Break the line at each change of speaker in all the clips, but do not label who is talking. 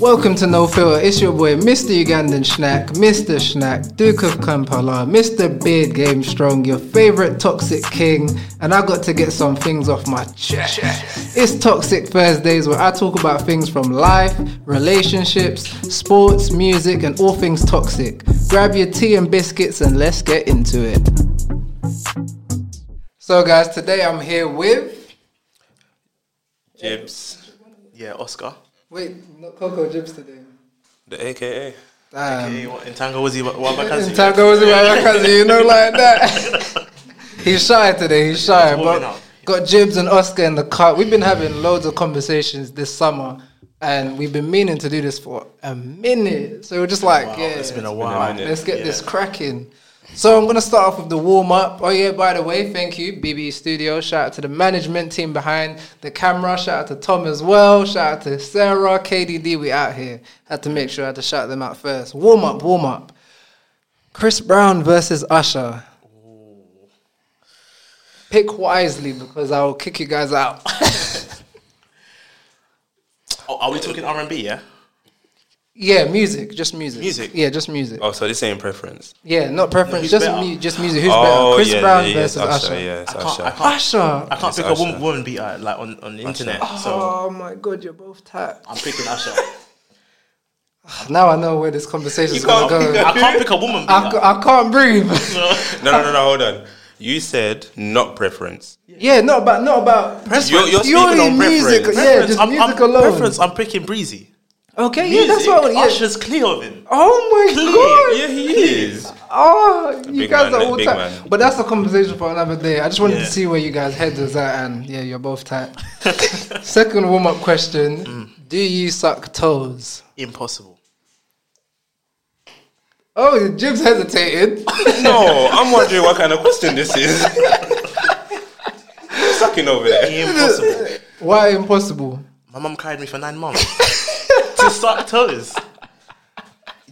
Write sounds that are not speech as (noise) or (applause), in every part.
Welcome to No Filter. It's your boy, Mr. Ugandan Schnack, Mr. Schnack, Duke of Kampala, Mr. Beard Game Strong, your favorite Toxic King, and I got to get some things off my chest. It's Toxic Thursdays where I talk about things from life, relationships, sports, music, and all things toxic. Grab your tea and biscuits and let's get into it. So, guys, today I'm here with.
Jibs. Yeah, Oscar.
Wait, not Coco Jibs today.
The AKA.
Damn.
Hey, what, Intango was he? What, what
And Taco was my cousin, you know, like that. (laughs) he's shy today. He's shy,
warming
but
up.
got Jibs and Oscar in the car. We've been having loads of conversations this summer, and we've been meaning to do this for a minute. So we're just like, yeah,
it's been a while.
minute. Let's get
Yeah.
this cracking. So I'm gonna start off with the warm up. Oh yeah, by the way, thank you, BB Studio. Shout out to the management team behind the camera. Shout out to Tom as well. Shout out to Sarah, KDD. We out here. Had to make sure I had to shout them out first. Warm up, warm up. Chris Brown versus Usher. Pick wisely because I will kick you guys out. (laughs)
Oh, are we talking R and B? Yeah.
yeah, music, just music.
Music?
Yeah, just music.
Oh, so this ain't preference.
Yeah, not preference,
who's
just
better?
mu- just music. Who's
oh,
better? Chris
yeah,
Brown
yeah, yeah,
versus
it's
Usher.
Yeah, it's
I can't. I
Usher.
can't.
Usher.
I can't
It's
pick a woman,
Usher.
woman beat uh, like on, on the internet. So
Oh my god, you're both tapped.
I'm picking Usher.
(laughs) Now I know where this conversation is going
can't
to
pick
go.
I can't pick a woman beater. (laughs)
I, I can't breathe.
No, no, no, no. Hold on. You said not preference.
yeah, not about not about preference.
You're, you're speaking
Purely
on
music,
preference.
yeah, just
I'm,
music
I'm,
alone.
Preference. I'm picking Breezy.
Okay,
Music,
yeah, that's what. I want- Yeah.
Usher's clear of him.
Oh my god.
Yeah, he is.
Oh, you
big
guys
man,
are
like,
all
big
tight.
man.
But that's a conversation for another day. I just wanted to
Yeah.
see where you guys' heads was at, and yeah, you're both tight. (laughs) Second warm up question
Mm.
Do you suck toes?
Impossible.
Oh, Jim's
(laughs)
hesitated.
No, I'm wondering what kind of question this is. Sucking over
(laughs)
there.
Impossible.
Why impossible?
My mum carried me for nine months to suck toes.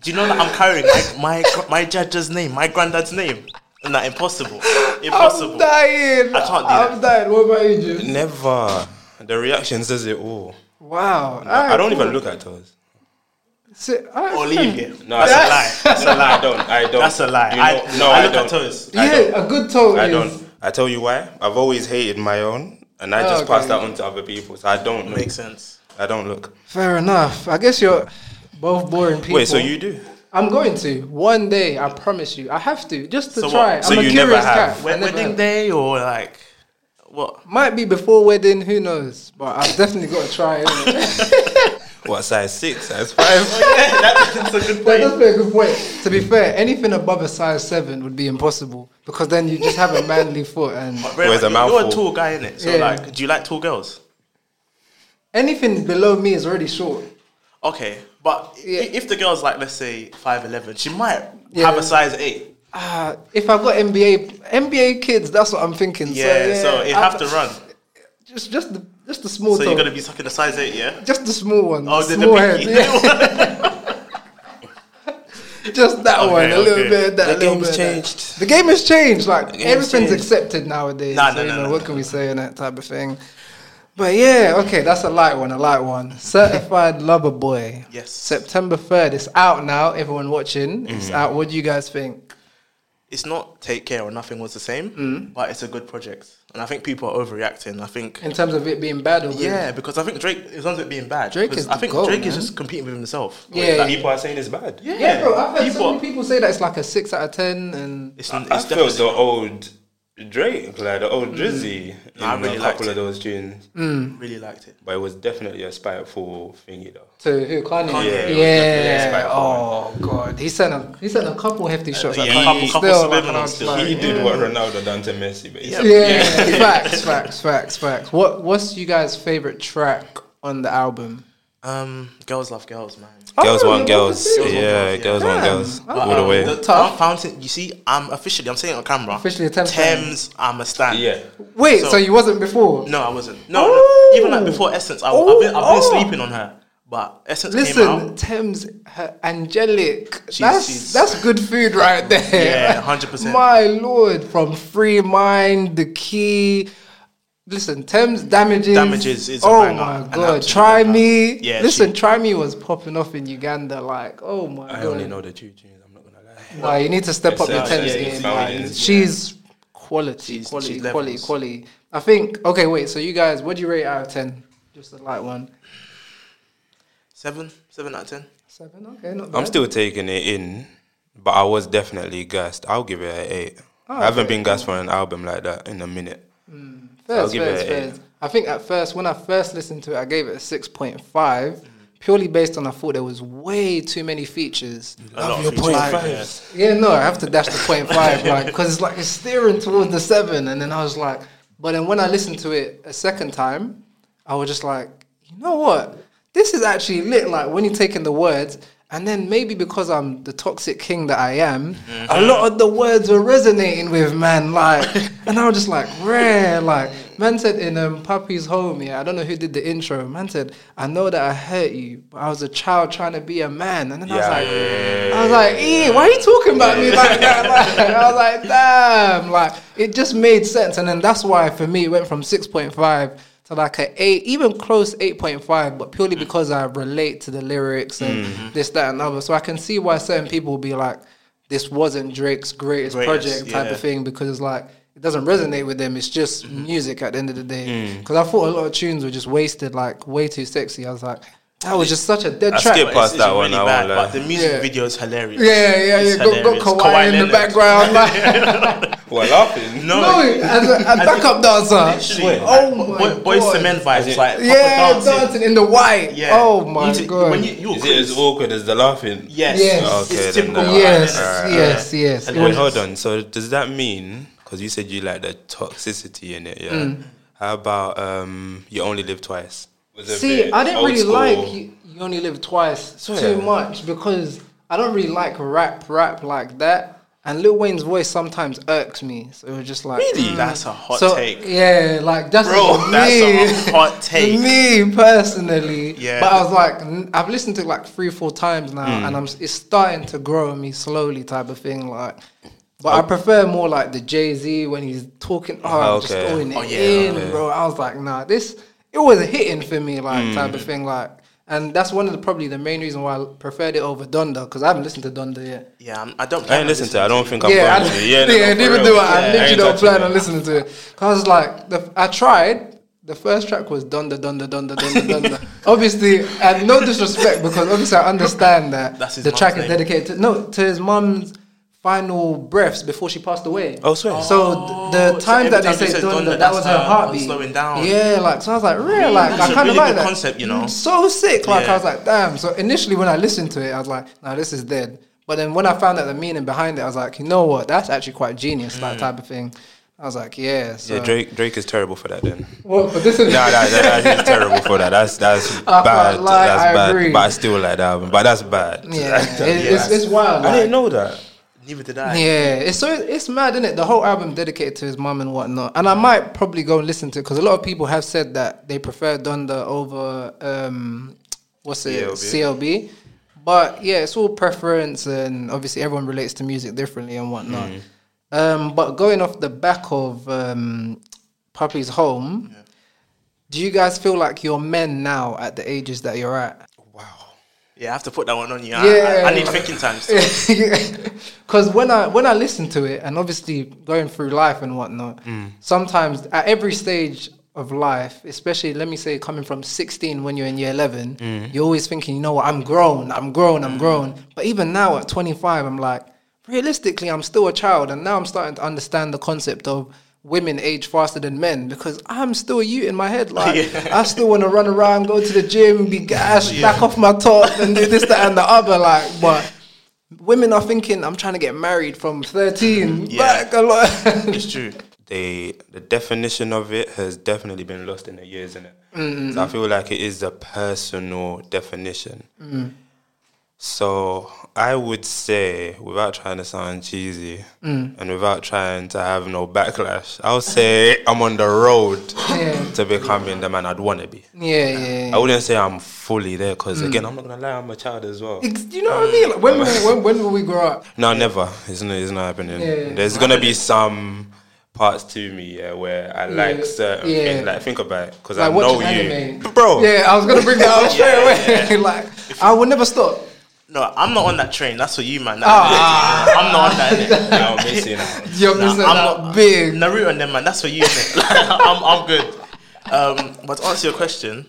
Do you know that I'm carrying my my, my judge's name, my granddad's name? Nah, impossible. Impossible.
I'm dying.
I can't do
I'm dying. What about you, Jim?
Never. The reaction says it all.
Wow.
I don't even look at toes.
Or leave it.
No,
that's
I-
(laughs)
a lie.
That's a lie. I don't. I don't.
That's a lie.
You know-
I,
no,
I,
I
look at
don't.
toes.
I don't.
Yeah, a good toe
I
is.
don't. I tell you why. I've always hated my own, and I just
okay.
pass that on to other people. So I don't look.
Oh, Makes sense.
I don't look.
Fair enough. I guess you're both boring people.
Wait, so you do?
I'm going to one day. I promise you. I have to just to
So what?
try.
So
I'm a
you never
curious
have?
cat. I
Wed-
never
wedding
have.
day or like what?
Might be before wedding. Who knows? But I've definitely got to
(laughs)
try. It. (laughs)
What size six? Size
(laughs)
five?
that's a good
But that's a good point. To be fair, anything above a size seven would be impossible because then you just have a manly foot and
Where's a
You're
mouthful?
a tall guy, innit? So
Yeah.
like, do you like tall girls?
anything below me is already short.
Okay, but i
Yeah.
if the girl's like, let's say five eleven, she might
Yeah.
have a size eight.
Uh, if I've got NBA NBA kids, that's what I'm thinking.
Yeah, so,
so, yeah,
it
I-
have to run.
just just the just the small
So
toe,
you're gonna be sucking a size eight, yeah?
just the small one,
Oh, the, the
Mm. small head,
(laughs) pinky.
yeah, (laughs) just that
Okay,
one, a little
okay.
bit, of that
The
a little
game's
bit of that.
changed.
The game has changed. Like
game's
everything's
changed.
accepted nowadays.
Nah,
so,
nah,
you
nah,
know,
nah,
what
nah,
can we say and that type of thing? But yeah, okay, that's a light one, a light
(laughs)
one. Certified Lover Boy.
Yes.
September third. It's out now. Everyone watching. It's
Mm-hmm.
out. What do you guys think?
it's not take care or nothing was the same,
Mm.
but it's a good project, and I think people are overreacting. I think
In terms of it being bad or good?
yeah, because I think Drake is on it being bad.
Drake
'cause
is
I
the
think
goat,
Drake is
man.
just competing with himself.
Yeah,
Like,
People are saying it's bad.
yeah,
Yeah, bro. I've heard so
people.
many people say that it's like a six out of ten, and
it's,
I,
it's
I feel
definitely- Mm.
the old Drake, like the old Drizzy, in
I
a
really liked
couple
it. Mm.
of those tunes,
really liked it.
but it was definitely a spiteful thingy though.
to who Kanye?
Kanye.
Yeah.
Yeah.
Oh god, he sent a he sent a couple hefty shots at
yeah,
Kanye.
couple- couple
still, like,
subliminals
I was
still.
like,
He did what Ronaldo done to Messi, basically.
Yeah.
Yeah, facts, facts, facts, facts. What what's you guys' favorite track on the album?
Um, girls love girls, man.
Girls
Oh,
want
yeah,
girls.
that's it.
Yeah,
yeah.
girls want
Damn.
girls.
But,
All the
um,
way.
The
Tough.
Tough Fountain. You see, I'm officially. I'm saying it on camera.
Officially a Thames
Thames. I'm a stan.
Yeah.
Wait, so,
So-
you wasn't before?
No, I wasn't. No,
Oh.
no. even like before Essence, I,
Oh,
I've been, I've been
oh.
sleeping on her. But Essence came
Listen,
out.
Thames, her angelic.
She's-
that's
she's-
that's good food right (laughs) there.
Yeah, 100%.
My lord, from Free Mind, The Key, Listen, Thames damages.
Damages is a
oh
banger,
my
an
god!
absolute
Try
banger.
me.
Yeah,
Listen,
she-
try me was popping off in Uganda. Like, oh my
I
god!
only know the two tunes. I'm not gonna lie.
Nah, you need to step up your
Exactly.
Thames
Yeah,
game.
yeah,
like,
yeah.
She's quality,
She's-
quality,
she
quality,
levels.
quality. I think. Okay, wait. So you guys, what do you rate out of ten? Just a light one.
Seven, seven out of ten.
Seven. Okay, not bad.
I'm still taking it in, but I was definitely gassed. I'll give it an eight.
Oh,
I haven't been gassed for an album like that in a minute. I'll
First,
give
first,
it a eight.
first. I think at first, when I first listened to it, I gave it a 6.5, purely based on I thought there was way too many features.
A lot of features, yeah.
Yeah, no, I have to dash the point five, like, because it's like it's steering towards the seven, and then I was like, but then when I listened to it a second time, I was just like, you know what, this is actually lit. Like when you take in the words, and then maybe because I'm the toxic king that I am, a
Mm-hmm.
lot of the words were resonating with man,
(laughs)
like, and I was just like, rare, like. Man said in um, Puppy's Home, yeah, I don't know who did the intro. Man said, I know that I hurt you, but I was a child trying to be a man. And then I was
Yeah.
like, I was like, "Eh, why are you talking about me like that? Like, I was like, damn, like it just made sense, and then that's why for me it went from six point five to like a eight, even close eight point five, but purely because I relate to the lyrics and
Mm-hmm.
this, that, and other. So I can see why certain people will be like, "This wasn't Drake's greatest,
Greatest,
project" type
yeah.
of thing because it's like it doesn't resonate with them. It's just
Mm-hmm.
music at the end of the day.
Mm.
Because I thought a lot of tunes were just wasted, like way too sexy. I was like, that was just such a dead
I
track.
skip
But
Past
it's, it's
that one,
really
I won't
bad,
lie.
but the music
Yeah.
video is hilarious.
Yeah, yeah, yeah.
It's
Got, got
hilarious.
Kawhi,
Kawhi
in the
Leonard. (laughs)
background. Like,
We're laughing.
(laughs)
No,
no, as a, a backup dancer.
literally.
Oh my
boy, boy
God.
cement vibes, like proper
Yeah,
dancing.
dancing. in the white.
Yeah.
Oh my
You t-
god.
When you, you
Is it as awkward as the laughing?
Yes.
Yes.
Okay,
it's
then
typical.
no.
yes,
Alright, alright.
yes, yes,
And
It
then-
was-
Wait, hold on. So does that mean? Because you said you like the toxicity in it, yeah.
Mm.
How about um, you only live twice? Was a
See,
bit
I didn't
old
really
school.
like you, you only live twice too much because I don't really like rap, rap like that. And Lil Wayne's voice sometimes irks me, so it was just like
Really? That's a hot
so,
take.
Yeah, like that's
Bro,
for
that's a
me. (laughs)
hot take.
me personally.
Yeah. Hmm.
But I was like, n- I've listened to it like three, four times now, and I'm s- it's starting to grow on me slowly, type of thing. Like, but I
Oh.
prefer more like the Jay Z when he's talking. Oh, I'm just
Okay.
going it
Oh, yeah,
in, bro. I was like, nah, this it was hitting for me, like
Hmm.
type of thing, like. And that's one of the probably the main reason why I preferred it over Donda because I haven't listened to Donda yet.
Yeah, I'm, I don't.
I ain't listen to. it. I don't think I'm
Yeah,
going
I,
to. Yeah,
(laughs)
no,
yeah,
no, for
neither
real.
do I.
Yeah,
I
ain't
literally don't
touching
plan
it.
on listening to it. Cause like the, I tried. The first track was Donda Donda Donda Donda
(laughs)
Donda. obviously, and no disrespect, because obviously I understand that
That's his
the track
mum's
is
name.
dedicated to no to his mum's final breaths before she passed away.
Oh, swear.
So th- the
Oh, so
time
every
that
time
they
she
say
says
Donda,
Donda,
that
that's
was
her
her heartbeat.
slowing down.
Yeah, like so I was like, really, like
That's
I
a
kind of
really
like
good
that Mm.
concept, you know?
so sick. Like I
Yeah.
was like, damn. So initially when I listened to it, I was like, nah, this is dead. But then when I found out the meaning behind it, I was like, you know what? That's actually quite genius, that type of thing. I was like, yeah. So.
Yeah, Drake. Drake is terrible for that. Then.
Well, but this is
Nah, nah, nah, nah, he's terrible for that. That's that's
can't
bad.
lie, (laughs)
that's
I
bad.
agree.
But I still like that album. But that's bad.
yeah,
(laughs)
it- it's, it's wild.
I
like-
didn't know that.
Neither did I.
Yeah, it's so it's mad, isn't it? The whole album dedicated to his mum and whatnot. And I might probably go and listen to it because a lot of people have said that they prefer Donda over um, what's it CLB.
CLB.
But yeah, it's all preference, and obviously everyone relates to music differently and whatnot. Um, but going off the back of um, Puppy's Home, do you guys feel like you're men now at the ages that you're at?
Yeah, I have to put that one on you. I-
Yeah.
I, I need thinking time. still.
(laughs) because when I when I listen to it, and obviously going through life and whatnot, sometimes at every stage of life, especially let me say coming from 16 when you're in year 11, you're always thinking, you know what, I'm grown, I'm grown, I'm grown. But even now at 25, I'm like, realistically, I'm still a child, and now I'm starting to understand the concept of women age faster than men because I'm still you in my head. Like I still want to run around, go to the gym, be gassed, back off my top, and do this, that, and the other. Like, but women are thinking I'm trying to get married from 13.
Yeah.
Back a
(laughs)
lot.
It's true.
They the definition of it has definitely been lost in the years, innit? it? So I feel like it is a personal definition.
Mm.
So I would say, without trying to sound cheesy
Mm.
and without trying to have no backlash, I'll say I'm on the road
Yeah.
to becoming the man I'd want to be.
yeah, yeah.
I wouldn't say I'm fully there because,
Mm.
again, I'm not gonna lie, I'm a child as well.
Ex- Do you know what I mean? Like, when, will, when, when will we grow up?
No, never. It's not. It's not happening.
Yeah.
There's gonna be some parts to me yeah, where I like
Yeah.
certain
Yeah.
things. Like think about it because
Like
I know
watching
you,
anime.
bro.
Yeah, I was gonna bring that up
(laughs)
straight away. (laughs) like I will never stop.
No, I'm not on that train. That's for you, man. That-
Ah.
I'm not on
(laughs)
that. innit?
Now I'm missing out.
You're
Nah,
missing
I'm
out
not
big.
Naruto and them, man. That's for you. innit? (laughs) I'm, I'm good. Um, but to answer your question,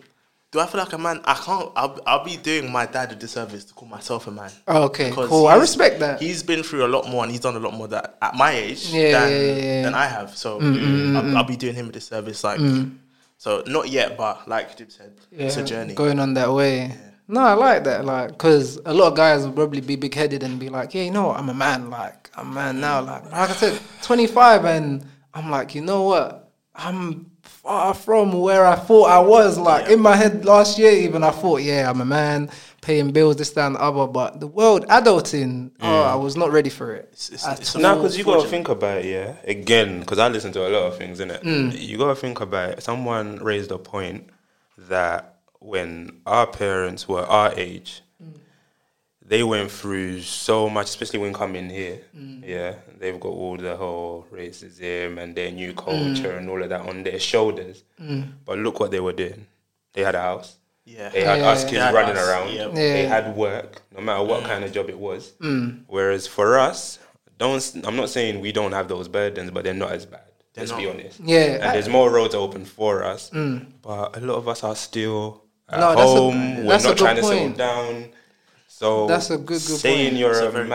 do I feel like a man? I can't. I'll, I'll be doing my dad a disservice to call myself a man.
Okay,
Because
cool. I
he's-
respect that.
He's been through a lot more, and he's done a lot more that at my age
Yeah,
than,
yeah, yeah, Mm, yeah.
than I have. So I'll, I'll be doing him a disservice. Like,
Mm.
so not yet, but like Dib said, it's a journey.
Going on that way. No, I like that. Like, because a lot of guys will probably be big headed and be like, yeah, you know what? I'm a man. Like, I'm a man now. Like, like I said, 25, and I'm like, you know what? I'm far from where I thought I was. Like, in my head last year, even I thought, yeah, I'm a man, paying bills, this, that, and the other. But the world, adulting, oh, I was not ready for it.
It's- it's-
at
it's a
all.
No, because you gotta think about it, yeah. Again, because I listen to a lot of things, innit?
Mm.
You gotta think about it. Someone raised a point that when our parents were our age,
Mm.
they went through so much, especially when coming here.
Mm.
Yeah, they've got all the whole racism and their
Mm.
new culture and all of that on their shoulders. But look what they were doing. They had a house.
Yeah.
They had
Yeah.
us kids
They had
running
us,
around.
yeah.
Yeah.
They had work, no matter what
Mm.
kind of job it was. Whereas for us, don't I'm not saying we don't have those burdens, but they're not as bad. let's be
not.
honest.
Yeah,
and
I-
there's more roads open for us, but a lot of us are still at
No, that's a-
home. We're
that's a
not
good
trying to
point.
settle down. So
That's a good- good
saying
point.
you're
That's a
a,
very good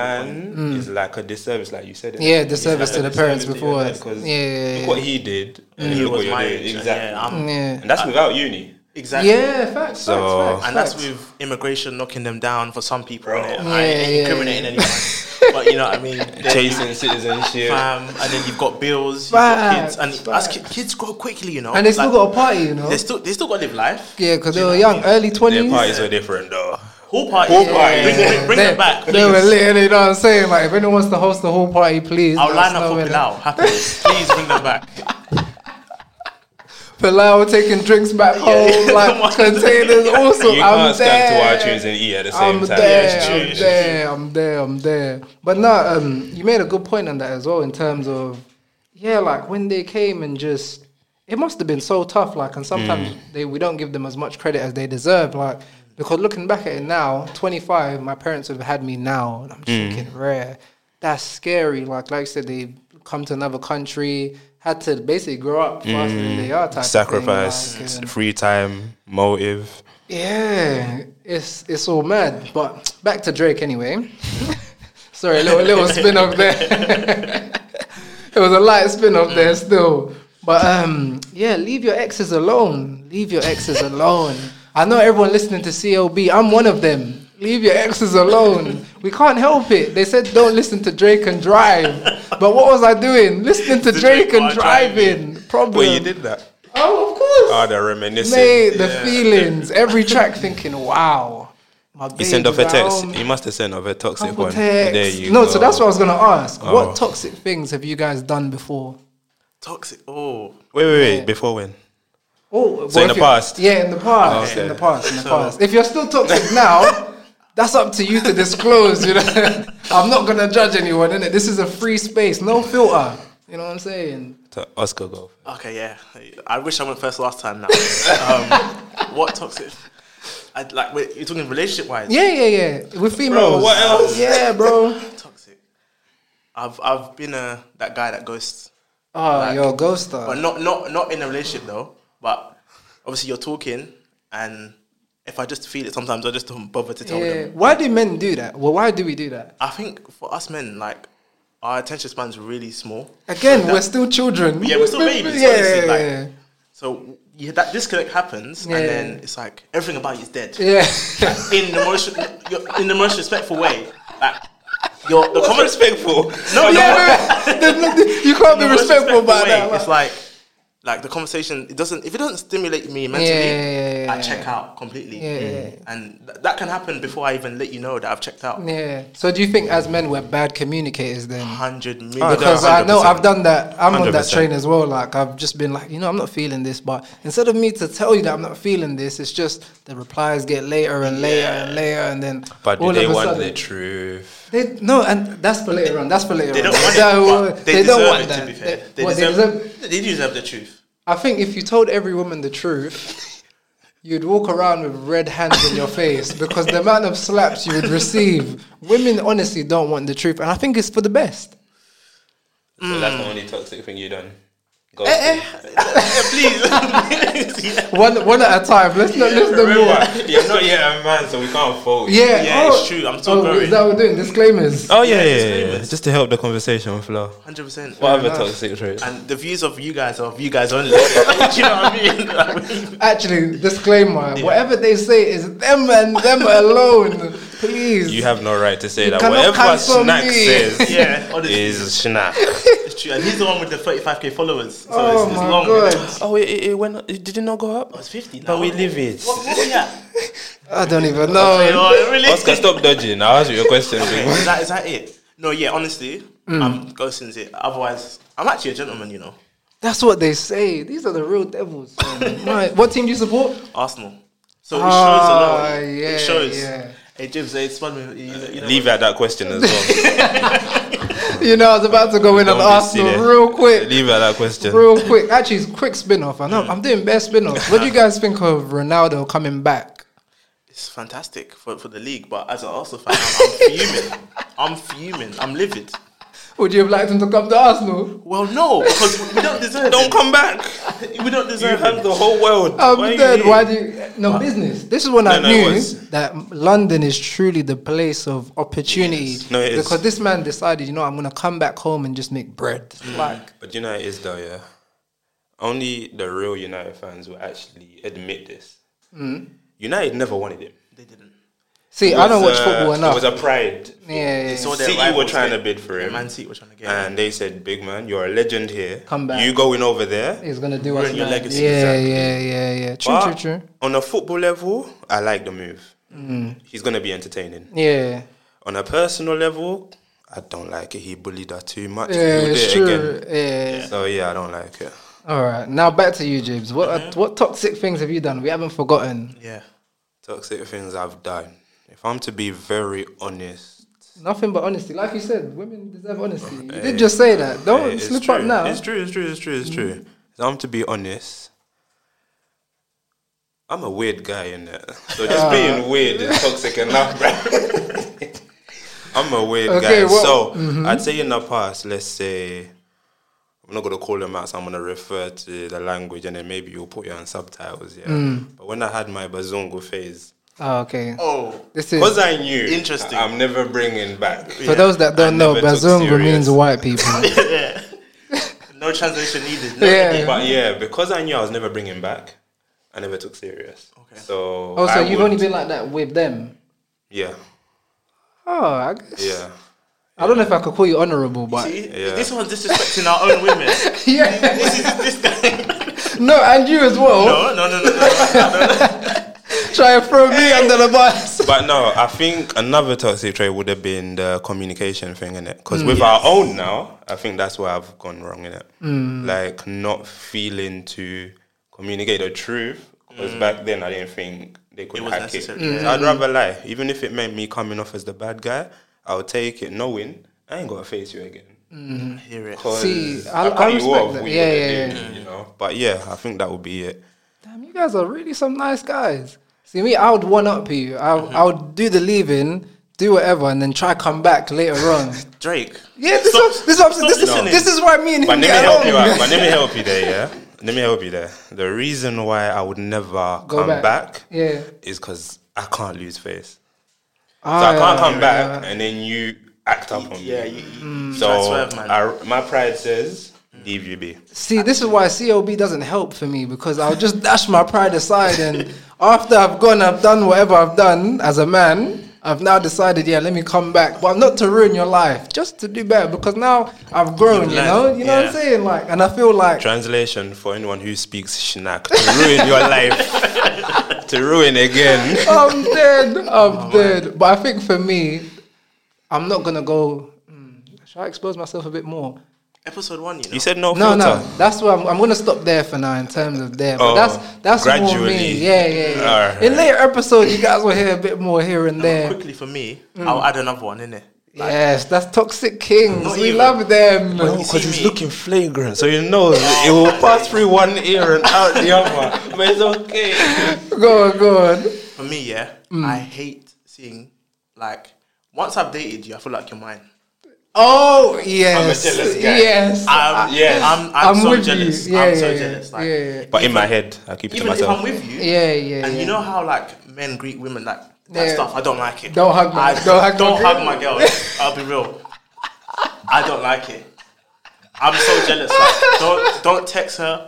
man is like a disservice, like you said. it.
Mm. Yeah,
It's
disservice
like
to
a
the parents
disservice to your
before
dad,
us.
'cause
Yeah, yeah, yeah. Mm.
look what he did, and
He
look
was
what you're
my
doing.
age, and
Exactly,
yeah, I'm-
Yeah.
and that's without uni.
Exactly.
Yeah, facts,
So-
facts, facts,
And that's
facts.
with immigration knocking them down for some people.
Bro.
innit? I ain't
Yeah, yeah,
incriminating
yeah. (laughs)
anyone, but you know what I mean.
(laughs) Chasing citizenship.
Um, and then you've got bills, you've got kids, and
Facts,
as ki- kids grow quickly, you know.
And they still
Like,
got a party, you know?
They still they still got to live life.
Yeah, because they
Do
were
you know what I
young, early
Their
20s.
parties were different though.
Whole party.
Whole party.
Bring, bring, bring
they,
them back.
They
please.
were lit, you know what I'm saying? Like, if anyone wants to host the whole party, please.
I'll
let
line
us
up
know
for
innit?
Pilau. Happiness. Please bring them back.
Palau taking drinks back home,
(laughs) yeah.
like containers, all sorts.
You
I'm
can't stand
there.
to iTunes and eat at the same
I'm
time.
there,
It's true,
I'm
it's true.
there, I'm there, I'm there. But no, um, you made a good point on that as well in terms of, yeah, like when they came and just, it must have been so tough. Like, and sometimes
Mm.
they we don't give them as much credit as they deserve. Like, because looking back at it now, 25, my parents have had me now,
Mm.
and I'm just thinking, rare. That's scary. Like, like you said, they come to another country, had to basically grow up faster than they are. Type of thing,
Mm. Sacrifice,
like, and-
free time, motive.
yeah, it's it's all mad. But back to Drake anyway. (laughs) Sorry, little little spin off there. (laughs) it was a light spin off there still. But um, yeah, leave your exes alone. Leave your exes alone. I know everyone listening to CLB. I'm one of them. Leave your exes alone. We can't help it. They said don't listen to Drake and drive. But what was I doing? Listening to
To
Drake
Drake
and
while driving.
driving. Problem.
Well, you did that.
Oh, of course.
Oh, the reminiscing.
Mate, the feelings. Every track thinking, wow. My
He sent off
baby's
a
at
text.
home,
He must have sent off a toxic
um, couple
one.
texts.
There you
no,
go.
so that's what I was going to ask.
Oh.
What toxic things have you guys done before?
Toxic. Oh.
Wait, wait, wait. Before when?
Oh, well,
in the
if you're-
past? Oh,
Yeah, in the past.
Okay.
In the past. In the
So-
past. If you're still toxic now, that's up to you to disclose. You know, (laughs) I'm not going to judge anyone in it. This is a free space, no filter. You know what I'm saying?
To Oscar go.
Okay. Yeah. I wish I went first last
(laughs)
time. Now. um, what toxic? I, like wait, you're talking relationship wise.
Yeah, yeah, yeah. With females.
what else?
Yeah,
(laughs)
bro.
Toxic. I've I've been uh, that guy that ghosts.
Oh, yo, ghost
but not not not in a relationship though. But obviously you're talking, and if I just feel it, sometimes I just don't bother to tell
Yeah.
them.
Why do men do that? Well, why do we do that?
I think for us men, like our attention span's really small.
Again,
So that-
we're still children.
yeah, we're still babies.
Yeah,
honestly,
yeah,
like,
yeah.
so yeah, that disconnect happens,
Yeah.
and then it's like everything about you is dead.
yeah.
(laughs) In the most you're- in the most respectful way, like your the
Come
common
respectful.
no no.
Yeah, no, no, there's no- you can't be
the most
respectful about
way,
that.
It's
like-
like, like the conversation. It doesn't. If it doesn't stimulate me mentally,
Yeah, yeah, yeah,
I check out completely.
Yeah, yeah, yeah.
And th- that can happen before I even let you know that I've checked out.
yeah. So do you think as men we're bad communicators then?
Hundred million.
Oh,
Because I know
100%.
I've done that. I'm on that
100%.
train as well. Like I've just been like, you know, I'm not feeling this. But instead of me to tell you that I'm not feeling this, it's just the replies get later and later and later, and then
But do
all
they
of a
want
sudden,
the truth?
They, no, and that's for later on. That's for later
They
on.
don't want
Don't-
it. But they,
they
deserve
don't want
it,
that.
to be fair.
They-
They,
what, they
deserve,
deserve-
they deserve the truth.
I think if you told every woman the truth, you'd walk around with red hands in your face because the amount of slaps you would receive. Women honestly don't want the truth, and I think it's for the best.
So that's the only toxic thing you done.
Mm. Eh, (laughs)
Please. yeah.
One, one at a time. Let's not list them all.
Remember, (laughs) you're not yet a man, so we can't fault. you.
Yeah,
Yeah, it's true. I'm still
oh,
growing.
Is that what we're doing? Disclaimers.
Oh yeah,
Yeah,
yeah, yeah,
disclaimers.
yeah. Just to help the conversation flow.
100%.
What other
enough.
toxic traits?
(laughs) And the views of you guys are of you guys only. (laughs) Do you know what I mean? (laughs)
Actually, disclaimer. Whatever they say is them and them alone. Please.
You have no right to say that.
cannot
Whatever
cancel
Snack
me.
says
(laughs) yeah, honestly,
is Snack.
it's true. And he's the one with the 35k followers. So
oh
it's, it's
my
long. Oh,
god.
oh, it, it, it went. It did it not go up?
It's 50 now.
But we live it.
What, what we at?
I don't even
You
know.
know, oh, it really?
Oscar, stop dodging. I'll ask you a question. big
Okay,
man.
is, that, is that it? No, yeah, honestly,
Hmm.
I'm ghosting it. Otherwise, I'm actually a gentleman, you know.
That's what they say. These are the real devils. (laughs) man. right. What team do you support?
Arsenal. So it shows a
Ah,
lot.
yeah,
it shows.
yeah.
It gives. It's fun. You know, you know,
Leave out that question as well.
You know, I was about (laughs) to go in on
Don't be
Arsenal
silly.
real quick.
Leave out that question.
Real quick. Actually, it's quick spin off. I know. I'm doing best spin off. What do you guys think of Ronaldo coming back?
It's fantastic for, for the league, but as an Arsenal fan, I'm,
(laughs)
I'm fuming. I'm fuming. I'm livid.
Would you have liked him to come to Arsenal?
Well, no, because we don't deserve.
Don't
it.
come back.
We don't
You
deserve.
have
it.
the whole world.
I'm
Why are you
dead.
here?
Why do you? No business. This is when I
no, it
knew
was.
that London is truly the place of opportunity.
No, it is.
because this man decided, you know, I'm gonna come back home and just make bread.
Mm.
Like,
But you know it is though, yeah. Only the real United fans will actually admit this.
Hmm?
United never wanted him.
They didn't.
see,
It
I don't
was,
watch
uh,
football
It
enough.
was a pride.
yeah,
It's all their
City were
rivals,
trying
they-
to bid for
their
him,
Man City were trying to get him.
and they said, "Big man, you're a legend here.
Come back."
You going over there?"
he's gonna do
Ruin
us
your
now.
legacy,
Yeah,
exactly.
yeah, yeah, yeah. True,
But
true, Mm. true.
On a football level, I like the move. He's gonna be entertaining.
Yeah,
On a personal level, I don't like it. He bullied her too much.
yeah,
He'll do
it's
it
true. yeah.
So yeah, I don't like it.
All right, now back to you, James. What what toxic things have you done? We haven't forgotten.
Yeah.
Toxic things I've done. If I'm to be very honest,
Nothing but honesty. Like you said, women deserve honesty. You did just say that. Don't
Yeah, it's
slip
true.
up now. Mm.
It's true, it's true, it's true, it's true. So I'm to be honest. I'm a weird guy in that. So just being weird is toxic enough, right? (laughs) I'm a weird
Okay,
guy.
well- mm-hmm.
so I'd say in the past, let's say I'm not gonna call them out, so I'm gonna refer to the language and then maybe you'll put your own subtitles, yeah.
Mm.
But when I had my bazongo phase,
Oh, okay.
Oh.
This is
because I knew
Interesting.
I'm never bringing back.
for those that don't
I
know.
never took
Bazungu
serious.
means white
(laughs)
people.
yeah. No translation needed. No.
Yeah.
But yeah, because I knew I was never bringing back, I never took serious.
Okay.
So
oh, so
I
you've
would-
only been like that with them.
yeah,
Oh, I guess.
yeah.
I don't know if I could call you honourable, but
See,
Yeah.
This one's disrespecting our own women.
(laughs) yeah.
This is this guy.
No, and you as well.
No, no, no, no, no.
Try and throw me under the bus.
But no, I think another toxic trait would have been the communication thing in it.
Mm,
Because with our own now, I think that's where I've gone wrong in it.
Mm.
Like not feeling to communicate the truth. Because back then I didn't think they could
Mm. It was
hack
necessary,
it.
Mm-hmm.
I'd rather lie, even if it meant me coming off as the bad guy. I'll take it, knowing I ain't gonna face you again.
I hear it.
'Cause
See, I-
cut
I
you
respect
off
that.
with
Yeah,
what
yeah,
they do, You know, but yeah, I think that would be
(laughs)
it.
Damn, you guys are really some nice guys. See me, I would one up you. I I would do the leaving, do whatever, and then try come back later
(laughs)
on.
Drake.
Yeah, this
Stop-
is this, is-
stop
this, is
listening.
this is why me and him
But let me
get
help
along.
you out. But let me help you there. Yeah, let me help you there. The reason why I would never
(laughs) Go
come
back.
back,
Yeah.
is because I can't lose face. So
Ah,
I can't come
yeah. Mm.
back and then you act up on
Yeah,
me.
you, you
So
transfer, man.
I, my pride says leave you be.
See, this is why CLB doesn't help for me because I'll just dash my pride aside and after I've gone, I've done whatever I've done as a man. I've now decided, yeah, let me come back, but not to ruin your life, just to do better because now I've grown. You
learned,
know, you know what I'm
yeah.
saying, like, and I feel like
Translation for anyone who speaks schnack to ruin your
(laughs)
life, to ruin again.
I'm dead. I'm dead. But I think for me, I'm not gonna go. Mm, should I expose myself a bit more?
episode one, you know.
You said no
No,
filter.
no, that's where I'm, I'm gonna stop there for now in terms of there. But
Oh,
that's that's more me.
gradually.
Yeah, yeah. yeah.
Alright.
In later episodes, you guys will hear a bit more here and there. Mm.
Quickly for me, I'll add another one in it.
Yes, that's Toxic Kings.
Not
We
even.
love them.
Well,
Because
see
it's
me?
looking flagrant, so you know it will pass through one ear and out the other. But it's okay.
Go on, go on.
For me, yeah,
Mm.
I hate seeing like once I've dated you, I feel like you're mine.
Oh yes,
jealous guy.
yes.
I'm,
yes.
I'm, I'm, so
with
jealous.
you. Yeah,
I'm so
yeah,
jealous. Like,
yeah, yeah,
But in my head, I keep it to
even if I'm
myself.
with you,
yeah, yeah.
and
yeah.
you know how like men greet women like that
Yeah.
stuff. I don't like it.
Don't hug my-
I,
don't hug my
don't
girl.
hug my girl. I'll be real. I don't like it. I'm so jealous. Like, don't don't text her.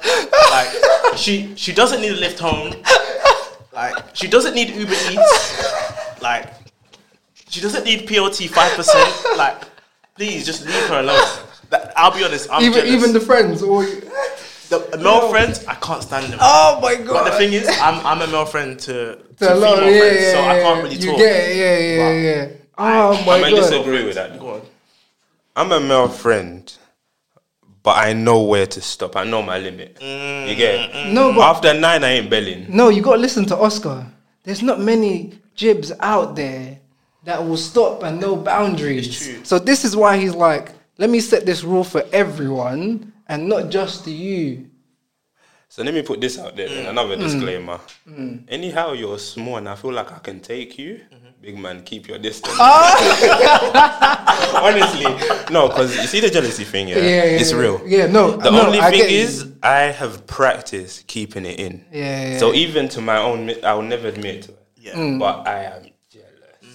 Like she she doesn't need a lift home. Like she doesn't need Uber Eats. Like she doesn't need PLT five percent. Like please just leave her alone. That- I'll be honest. I'm
even
jealous.
even the friends. Or,
the male friends, I can't stand them.
oh my
But the
god.
thing is, I'm I'm a male friend to, to,
It's a
female
lot, yeah,
friends,
yeah,
so I can't
yeah.
really
you
talk.
Get it, yeah, yeah, yeah. Oh my
I might
god.
disagree with that.
Go on.
I'm a male friend, but I know where to stop. I know my limit. you get it?
No, but
After nine, I ain't belling.
no, you gotta listen to Oscar. There's not many jibs out there that will stop and no boundaries.
true.
So this is why he's like, let me set this rule for everyone and not just to you.
So let me put this out there. then, Another disclaimer. mm. Anyhow, you're small, and I feel like I can take you. Big man, keep your distance. (laughs) Honestly, no, because you see the jealousy thing. Yeah,
Yeah, yeah,
it's
yeah.
real.
Yeah, no,
The
no,
only
I
thing
get you.
is, I have practiced keeping it in.
Yeah, yeah,
So even to my own, mi- I will never admit to it.
Yeah. Mm.
But I am jealous.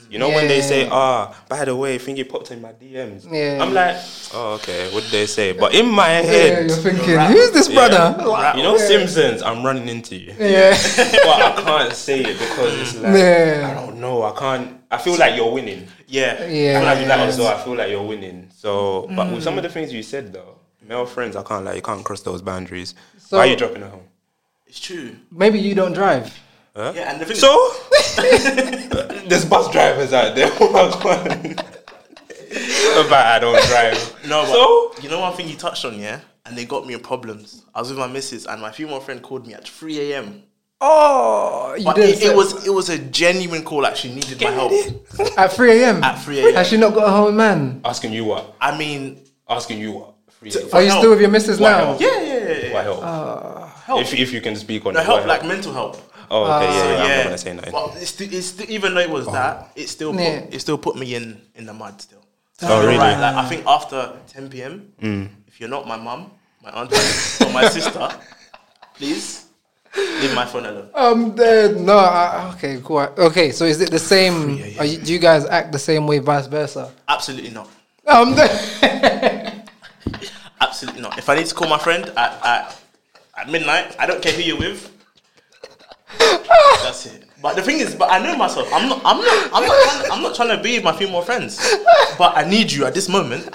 You know when they say,
Yeah.
"Ah, by the way, think you popped in my DMs."
Yeah.
I'm like, "Oh, okay. What did they say?" But in my
Yeah,
head,
you're thinking, who's this
yeah,
(laughs)
brother?
you know Simpsons. I'm running into you, (laughs)
Yeah.
but I can't say it because it's like
(laughs) Yeah.
I don't know. I can't. I feel like you're winning.
Yeah.
Yeah.
I feel like you like us, so I feel like you're winning. So, but with some of the things you said though, male friends, I can't like you can't cross those boundaries.
So-
Why are you dropping at home?
it's true.
Maybe you don't drive.
Huh?
Yeah, and the thing
So (laughs) there's bus drivers out there. (laughs) but I don't drive.
is, no, but
So
you know one thing you touched on, yeah, and they got me in problems. I was with my missus, and my female friend called me at 3 a.m.
Oh, you
But
didn't.
it, it was it was a genuine call. Like she needed my help.
at 3 a.m.
At 3 a.m..
Has she not got a home man?
asking you what?
I mean,
Asking you what? Free help.
Are you
help.
still with your missus
Why
now?
help?
yeah, yeah, yeah, yeah.
Why help? If if you can speak on
Uh, No
it,
help,
why
like mental help.
Oh, okay, yeah, yeah,
So,
I'm
yeah.
not gonna say nothing.
But it's sti- it's sti- even though it was that, it still put,
Yeah.
it still put me in in the mud still.
Oh,
You're
really?
right, Like, I think after 10 p.m.,
Mm.
if you're not my mum, my aunt, or my sister, please leave my phone alone.
Um, dead. No, I, okay, cool. I- Okay, so is it the same? Are you, do you guys act the same way, vice versa?
Absolutely not.
Um, (laughs) dead.
Absolutely not. If I need to call my friend at, at, at midnight, I don't care who you're with. That's it. But the thing is, but I know myself. I'm not. I'm not. I'm not. Trying, I'm not trying to be with my female friends. But I need you at this moment.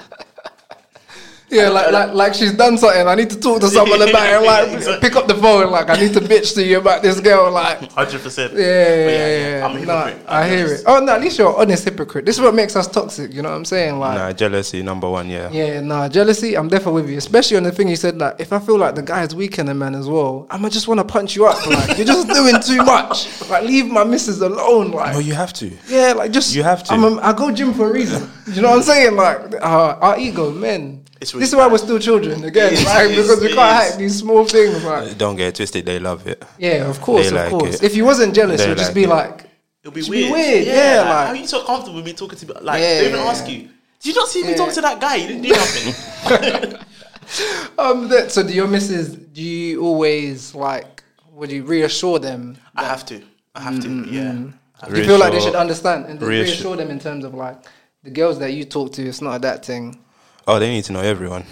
yeah, like, like like she's done something. I need to talk to someone about it. Like,
(laughs) Exactly.
pick up the phone. Like, I need to bitch to you about this girl. Like,
Hundred percent.
yeah, yeah, yeah.
I'm a
Nah,
hypocrite.
I hear it. Oh no, at least you're an honest hypocrite. This is what makes us toxic. You know what I'm saying? Like,
Nah, jealously number one. Yeah.
Yeah, nah, jealousy, I'm definitely with you. Especially on the thing you said, like, if I feel like the guy's weakening, man, as well, I'ma just wanna punch you up. Like, you're just (laughs) doing too much. Like, leave my missus alone. Like,
No, you have to.
yeah, like, just.
You have to.
I'm a, I go gym for a reason. Do you know what I'm saying? Like, uh, our ego, men.
It's really
this is why
bad.
we're still children, again,
It is,
right?
it is,
because we
it
can't
is.
hide these small things. Like,
Don't get it twisted. They love it.
yeah, of course, of
like
course.
it.
If you wasn't jealous,
They
you'd just
like
be
it.
like,
It'll be
It'd
weird.
be weird, yeah,
like,
like-
how are you so comfortable with me talking to? Like,
Yeah,
they even
yeah,
ask you. Did you not see me talk to that guy? You didn't
(laughs)
do nothing.
um, that, so do your missus, do you always, like, would you reassure them
I have to. I have to. Yeah.
Do you feel like they should
Reassure-
understand and just
reassure-
reassure them in terms of like the girls that you talk to? It's not that thing.
Oh, they need to know everyone.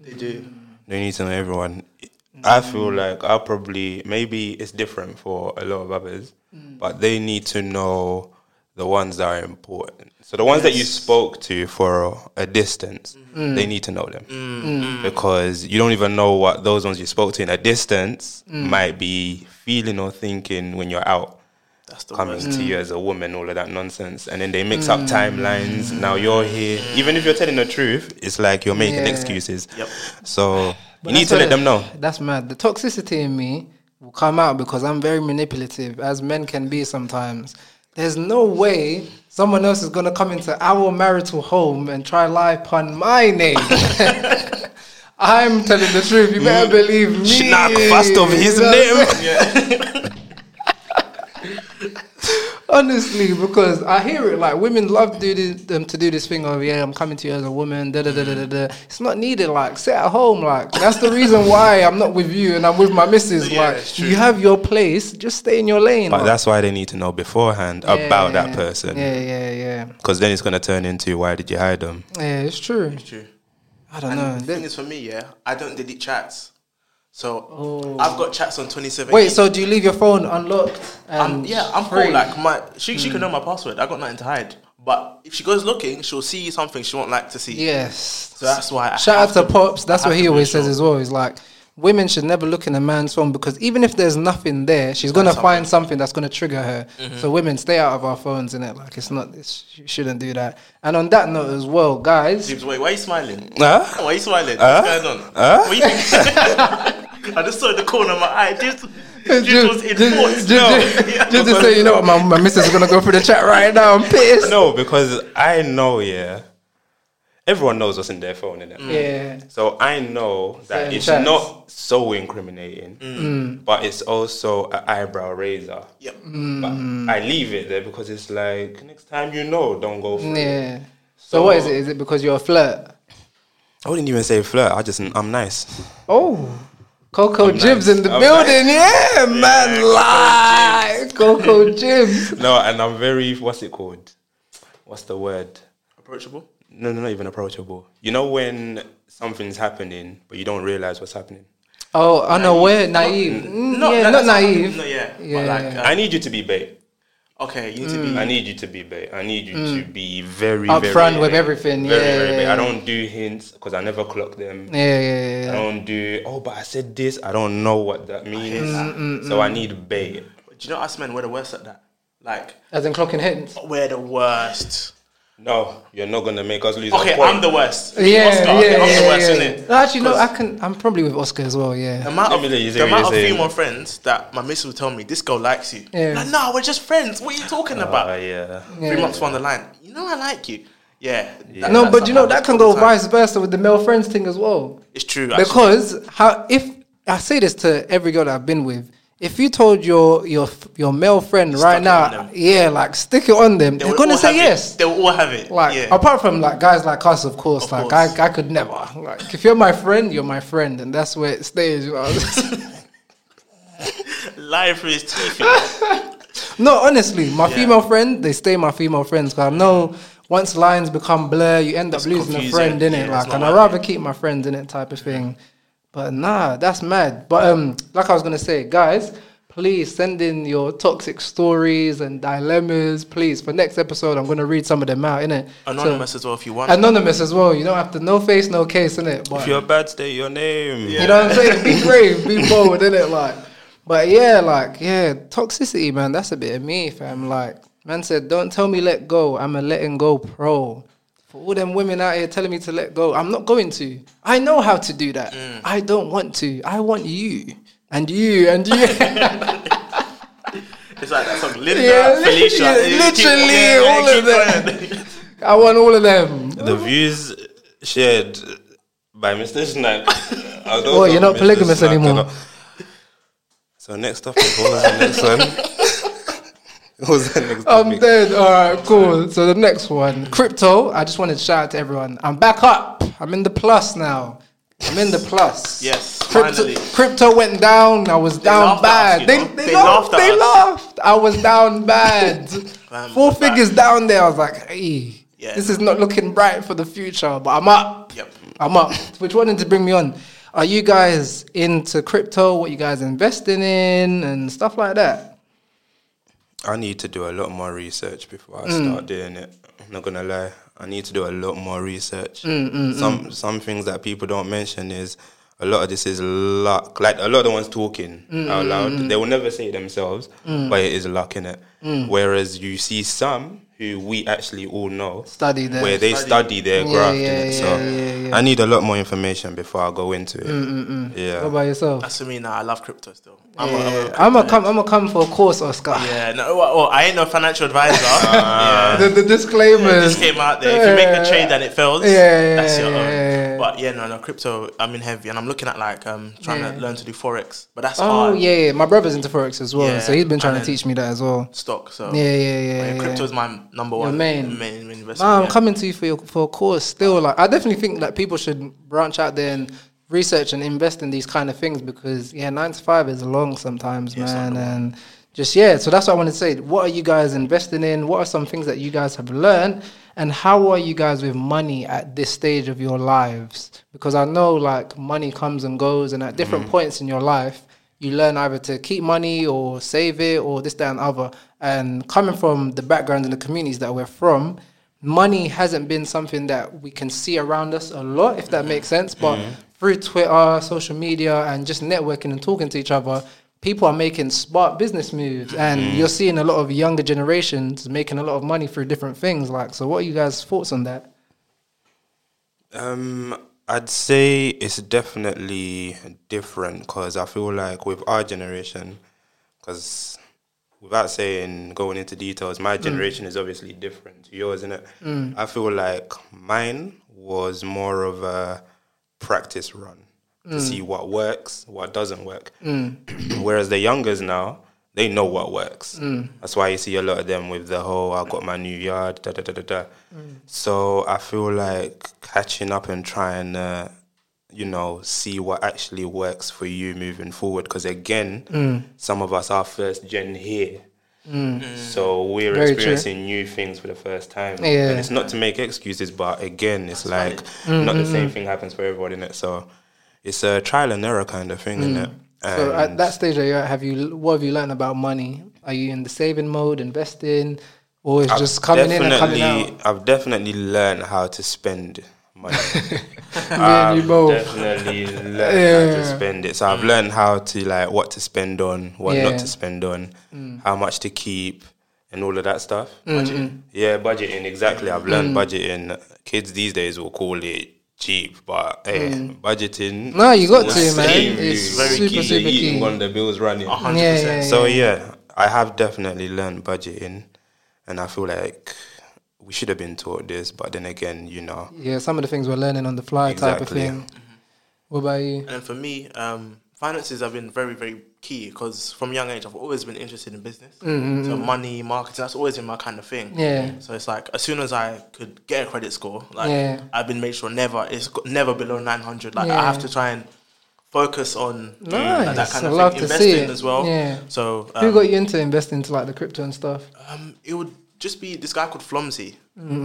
They do.
They need to know everyone. I feel like I probably maybe it's different for a lot of others, but they need to know the ones that are important. So the ones that you spoke to for a distance, they need to know them because you don't even know what those ones you spoke to in a distance might be feeling or thinking when you're out.
That's the
coming
worst.
to
Mm.
you as a woman, all of that nonsense. And then they mix up timelines. Now you're here. Even if you're telling the truth, it's like you're making
Yeah.
excuses.
Yep.
So
But
you need
that's
to
where
let
the-
them know.
That's mad. The toxicity in me will come out because I'm very manipulative, as men can be sometimes. There's no way someone else is gonna come into our marital home and try lie upon my
(laughs)
name. (laughs) I'm telling the truth. You
Mm.
better believe me.
Schnack, first of his
You know what I'm
name.
Honestly, because I hear it like women love do this, them to do this thing of yeah, I'm coming to you as a woman. Da da da da da. da." It's not needed. Like sit at home. Like that's the reason why I'm not with you and I'm with my missus.
Yeah, it's
like
true.
you have your place. Just stay in your lane.
But
like.
that's why they need to know beforehand
Yeah,
about that
yeah,
person.
Yeah, yeah, yeah.
Because then it's going to turn into why did you hide them?
Yeah, it's true.
True.
I don't
And
know.
the thing is, for me, yeah, I don't delete chats. So
Oh.
I've got chats on 27.
Wait, so do you leave your phone unlocked?
I'm,
And
yeah, I'm
free?
cool. Like my, she,
Mm.
she can know my password. I got nothing to hide. But if she goes looking, she'll see something she won't like to see.
yes.
So that's why. I
Shout
have
out to Pops. That's
I
what
have
he
to be
always says
sure.
as well. He's like, women should never look in a man's phone because even if there's nothing there, she's gonna
something.
find something that's gonna trigger her. So women, stay out of our phones, innit? Like it's not. It's, you shouldn't do that. And on that note as well, (laughs) guys.
Wait, why are you smiling?
Huh?
Why are you smiling?
Huh?
What's going on?
Huh?
What you think? (laughs) I just saw in the corner of my eye. Just, just was in thoughts.
just, just-
Yeah.
just to say, you know what, my, my missus is gonna go through the chat right now. I'm pissed.
(laughs) (laughs) No, because I know, yeah. Everyone knows what's in their phone, innit?
Mm. Yeah.
So I know that
Certain Mm.
it's
chats.
not so incriminating, but it's also an eyebrow raiser.
Yep.
But I leave it there because it's like next time you know, don't go for it.
Yeah. So, what is it? Is it because you're a flirt?
I wouldn't even say flirt. I just I'm nice.
Oh. Coco Jibs in the
I'm
building, yeah, man,
Coco
live Coco Jibs.
No, and I'm very what's it called? What's the word?
Approachable.
No, no, not even approachable. You know when something's happening but you don't realize what's happening.
Oh, unaware, naive. Mm,
No,
yeah,
no,
not
that's
naive.
No, yeah.
Yeah,
But like,
yeah.
uh,
I need you to be bait.
okay, you need to
I
be.
need you to be bait. I need you to be very
Upfront
very,
with
bait.
everything,
Very,
yeah,
very
yeah,
bait.
yeah.
I don't do hints because I never clock them.
Yeah, yeah, yeah.
I don't do. Oh, but I said this. I don't know what that means. So I need bait.
Do you know us men? We're the worst at that. Like,
As in clocking hints.
we're the worst.
No, you're not gonna make us lose. a
Okay,
point.
I'm the worst.
Yeah,
Oscar,
yeah,
okay,
yeah,
I'm the
yeah,
worst,
yeah.
innit?
No, Actually, no, I can. I'm probably with Oscar as well.
The
Yeah.
amount
Let
of,
me let you say
the
what
amount
you're
of
saying.
female friends that my missus will tell me, this girl likes you.
Yeah.
Like, nah, we're just friends. What are you talking about?
Uh, yeah.
Three months down the line, you know I like you. Yeah. that-
No,
that's
but you know
something
that
happens
can
all
go
the time.
vice versa with the male friends thing as well.
It's true. actually.
because how if I say this to every girl that I've been with, if you told your your your male friend right
it
now,
on them.
yeah, like stick it on them, they
They
are
will
gonna
all
say
have it.
yes.
They will all have it.
Like
yeah.
apart from like guys like us, of course,
Of
like
course.
I I could never. Like if you're my friend, you're my friend, and that's where it stays. you know. (laughs)
Lying through his
(laughs)
teeth. you know?
no, honestly, my
Yeah.
female friend, they stay my female friends. Cause I know once lines become blur, you end up
It's
losing a
confusing.
friend in it.
Yeah, it's
like,
not
and I
worth
rather keep my friends in it type of thing. But nah, that's mad. But um, like I was gonna say, guys, please send in your toxic stories and dilemmas, please. For next episode, I'm gonna read some of them out, innit?
Anonymous as well if you want.
So, anonymous as well. You don't have to no face, no case, innit? But
If you're bad, state your name.
you know what I'm saying? Be brave, be bold, innit? Like, but yeah, like, yeah, toxicity, man, that's a bit of me, fam. Like, man said, don't tell me let go. I'm a letting go pro. For all them women out here telling me to let go, I'm not going to. I know how to do that.
Mm.
I don't want to. I want you and you and you. (laughs)
It's like that song, Linda,
Yeah,
Felicia.
yeah,
you keep-
literally,
yeah, yeah,
all of
keep
them.
going.
I want all of them.
The views shared by Mr. Snack. are those
Oh, you're
of
not
Mr.
polygamous
Snack,
anymore.
you know. So next up, what was the next
(laughs) Um,
one? What was the next
I'm
topic?
dead. All right, cool. So the next one, crypto. I just wanted to shout out to everyone. I'm back up. I'm in the plus now. I'm in the plus.
(laughs) Yes,
Crypto,
finally.
crypto went down. I was down
laughed at
bad.
us, you
they,
know?
they
They
laughed.
laughed at
They
us.
laughed. I was
(laughs)
down bad.
Man,
Four
we're back.
figures down there. I was like, hey,
Yeah.
this is not looking bright for the future. But I'm up.
Yep.
I'm up. Which wanted to bring me on. Are you guys into crypto? What you guys investing in and stuff like that?
I need to do a lot more research before I
Mm.
start doing it. I'm not gonna lie. I need to do a lot more research.
Mm,
some some things that people don't mention is a lot of this is
Mm,
luck. Like a lot of the ones talking out loud, they will never say it themselves, but it is luck in it.
Mm.
Whereas you see some who we actually all know
Study there.
where they
Study.
study their
Yeah,
graft.
yeah,
innit?
yeah,
so
yeah, yeah.
I need a lot more information before I go into it. Yeah.
What about yourself?
That's for me now. I love crypto still. I'm a- I'm a-
Yeah. I'm gonna come. I'm gonna come for a course, Oscar.
Yeah, no, well, well, I ain't no financial
(laughs)
advisor. yeah.
The, the disclaimers.
This came out there. If you make a trade and it fails,
Yeah,
that's your
yeah,
own.
yeah, yeah.
But yeah, no, no, crypto. I'm in heavy, and I'm looking at like um trying to
Yeah.
learn to do forex, but that's
Oh
hard
yeah, yeah, my brother's into forex as well,
Yeah,
so he's been trying to
and then-
teach me that as well.
stock. So
Yeah, yeah, yeah.
I mean,
yeah.
crypto is my number one
main.
main investment.
Nah, I'm
yeah.
coming to you for your, for a course. Still, like I definitely think that people should branch out there and research and invest in these kind of things because yeah, nine to five is long sometimes,
it's
man, and just yeah. So that's what I want to say. What are you guys investing in? What are some things that you guys have learned, and how are you guys with money at this stage of your lives? Because I know like money comes and goes, and at different points in your life. You learn either to keep money or save it or this, that, and other. And coming from the backgrounds and the communities that we're from, money hasn't been something that we can see around us a lot, if that makes sense. But
Mm-hmm.
through Twitter, social media, and just networking and talking to each other, people are making smart business moves, and
Mm-hmm.
you're seeing a lot of younger generations making a lot of money through different things. Like, so what are you guys' thoughts on that?
Um, I'd say it's definitely different because I feel like with our generation, because without saying going into details, my generation is obviously different to yours, innit? I feel like mine was more of a practice run
Mm.
to see what works, what doesn't work. (clears throat) Whereas the youngers now, they know what works.
Mm.
That's why you see a lot of them with the whole I got my new yard, da da da da da.
Mm.
So I feel like catching up and trying to, you know, see what actually works for you moving forward. Because again,
Mm.
some of us are first gen here. So we're
Very true.
experiencing new things for the first time.
Yeah.
And it's not to make excuses, but again, it's like not
Mm,
the same thing happens for everybody in it. So it's a trial and error kind of thing, Uh, in it.
Mm. So
Um,
at that stage, that you're at, have you what have you learned about money? Are you in the saving mode, investing, or is just coming in and coming out?
I've Uh, definitely learned how to spend
(laughs)
money.
Me and you
um,
both.
definitely learned how to
Yeah. Mm.
spend it. So I've learned how to like what to spend on, what
Yeah. Mm.
not to spend on, how much to keep, and all of that stuff. Budgeting. Yeah, budgeting exactly. I've
Mm.
learned budgeting. Kids these days will call it cheap, but hey, budgeting.
Mm. No, you got
will
to, man.
save
It's
you.
very key. super
You're eating
key.
when the bills running.
Yeah, yeah, yeah.
So yeah, I have definitely learned budgeting, and I feel like we should have been taught this. But then again, you know,
yeah, some of the things we're learning on the fly type of
Exactly.
thing. What about you?
And then for me, um, finances have been very, very key because from young age I've always been interested in business. So money, marketing, that's always been my kind of thing.
Mm, Yeah.
So it's like as soon as I could get a credit score, like
Yeah.
I've been made sure never it's go- never below nine hundred. Like
Yeah.
I have to try and focus on mm, like,
Nice.
that kind
I
of
love
thing.
to see
Investing
it.
as well.
Yeah.
So
Who
um,
got you into investing into like the crypto and stuff?
um, it would just be this guy called Flumsy.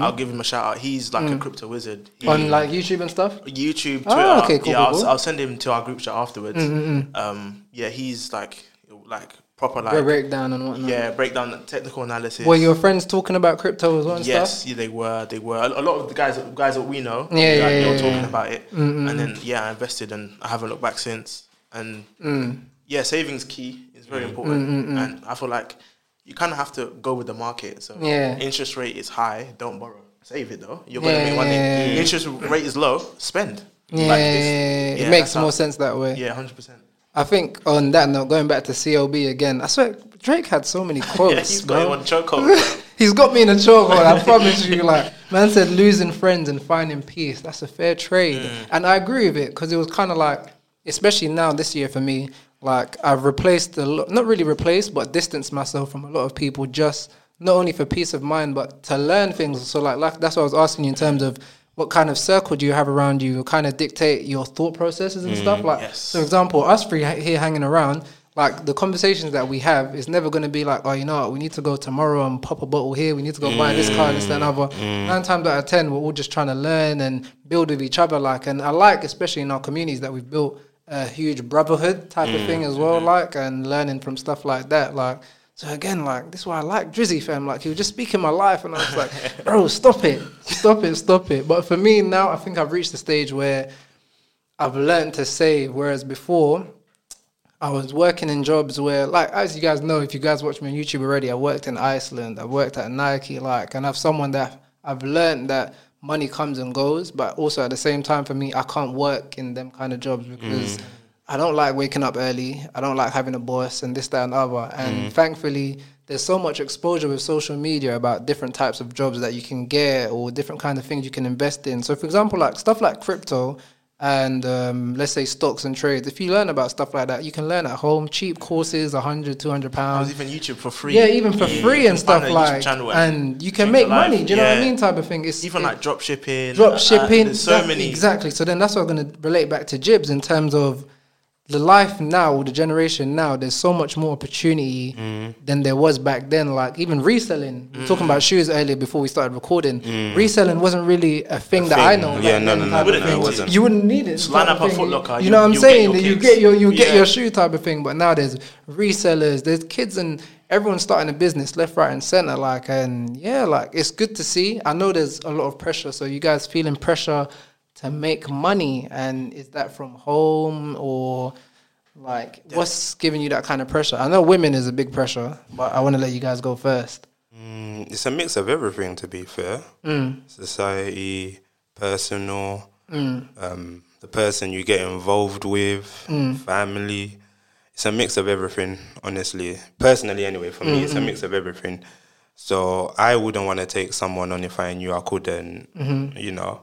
I'll give him a shout out. He's like a crypto wizard. He-
Mm-hmm. Mm. on like YouTube and stuff.
YouTube, Twitter.
Ah, okay, cool,
yeah,
cool,
I'll,
cool. Mm,
I'll send him to our group chat afterwards. Um, yeah, he's like, like proper
Like,
like,
breakdown and whatnot.
yeah, breakdown and technical analysis.
Were your friends talking about crypto as well and
yes,
stuff?
yeah, they were, they were. A a lot of the guys, guys that we know,
Yeah, yeah,
like, they
yeah,
were
yeah.
talking about it, and then yeah, I invested and I haven't looked back since. And
Mm.
yeah, savings key is very important, and I feel like you kind of have to go with the market. So
Yeah.
interest rate is high, don't borrow. Save it though. You're
Yeah,
gonna make money.
yeah, yeah.
Interest rate is low. Spend.
Yeah,
Like,
yeah,
it's-
yeah, yeah. it
yeah,
makes
that's how-
more sense that way.
Yeah, hundred percent.
I think on that note, going back to CLB again, I swear Drake had so many quotes.
(laughs) Yeah, he's
bro.
got one chokehold.
He's got me in a chokehold. I promise you. Like man said, losing friends and finding peace. That's a fair trade, and I agree with it because it was kind of like, especially now this year for me, like I've replaced a lot, not really replaced, but distanced myself from a lot of people just not only for peace of mind, but to learn things. So like, like that's what I was asking you in terms of what kind of circle do you have around you? Kind of dictate your thought processes and stuff. Like,
Yes.
so example, us three ha- here hanging around, like the conversations that we have is never going to be like, oh, you know what, we need to go tomorrow and pop a bottle here. We need to go buy this car, this, that, and other. Nine times out of ten, we're all just trying to learn and build with each other. Like, and I like, especially in our communities, that we've built a huge brotherhood type of thing as well. Like, and learning from stuff like that. Like, so again, like this is why I like Drizzy fam. Like he was just speaking my life, and I was like, bro, stop it, stop it, stop it. But for me now, I think I've reached the stage where I've learned to save, whereas before I was working in jobs where, like, as you guys know, if you guys watch me on YouTube already, I worked in Iceland, I worked at Nike, like, and I've someone that I've learned that money comes and goes, but also at the same time, for me, I can't work in them kind of jobs because I don't like waking up early, I don't like having a boss, and this, that, and other. And thankfully, there's so much exposure with social media about different types of jobs that you can get or different kind of things you can invest in. So, for example, like stuff like crypto, and um, let's say stocks and trades. If you learn about stuff like that, you can learn at home. Cheap courses, 100, 200
I
pounds.
was even YouTube for free.
Yeah, even for
Yeah,
free
you
and
can
stuff
find a YouTube
like,
channel
and you can
change
make
your life.
money. Do you know what I
Yeah.
mean? Type of thing. It's
even
it-
like drop shipping. uh,
drop shipping.
there's so
that-
many.
Exactly. So then that's what I'm going to relate back to Jibs in terms of the life now, or the generation now. There's so much more opportunity
Mm.
than there was back then. Like even reselling. We were talking about shoes earlier before we started recording.
Mm.
Reselling wasn't really a thing that I
thing.
know.
Yeah,
back
no,
then
no,
type
no,
no,
of
no,
thing.
it wasn't.
You wouldn't need it.
Just line
type
up
of
a
thing.
Foot Locker,
You,
you-
know what I'm
you'll get
saying?
your
you
kicks.
get your you get
Yeah.
your shoe type of thing. But now there's resellers, there's kids and everyone's starting a business left, right, and center. Like and yeah, like it's good to see. I know there's a lot of pressure, so you guys feeling pressure to make money, and is that from home or? Like, what's giving you that kind of pressure? I know women is a big pressure, but I want to let you guys go first.
Mm, it's a mix of everything, to be fair. Society, personal, um, the person you get involved with, family. It's a mix of everything, honestly. Personally, anyway, for me, it's a mix of everything. So I wouldn't want to take someone on if I knew I couldn't, you know.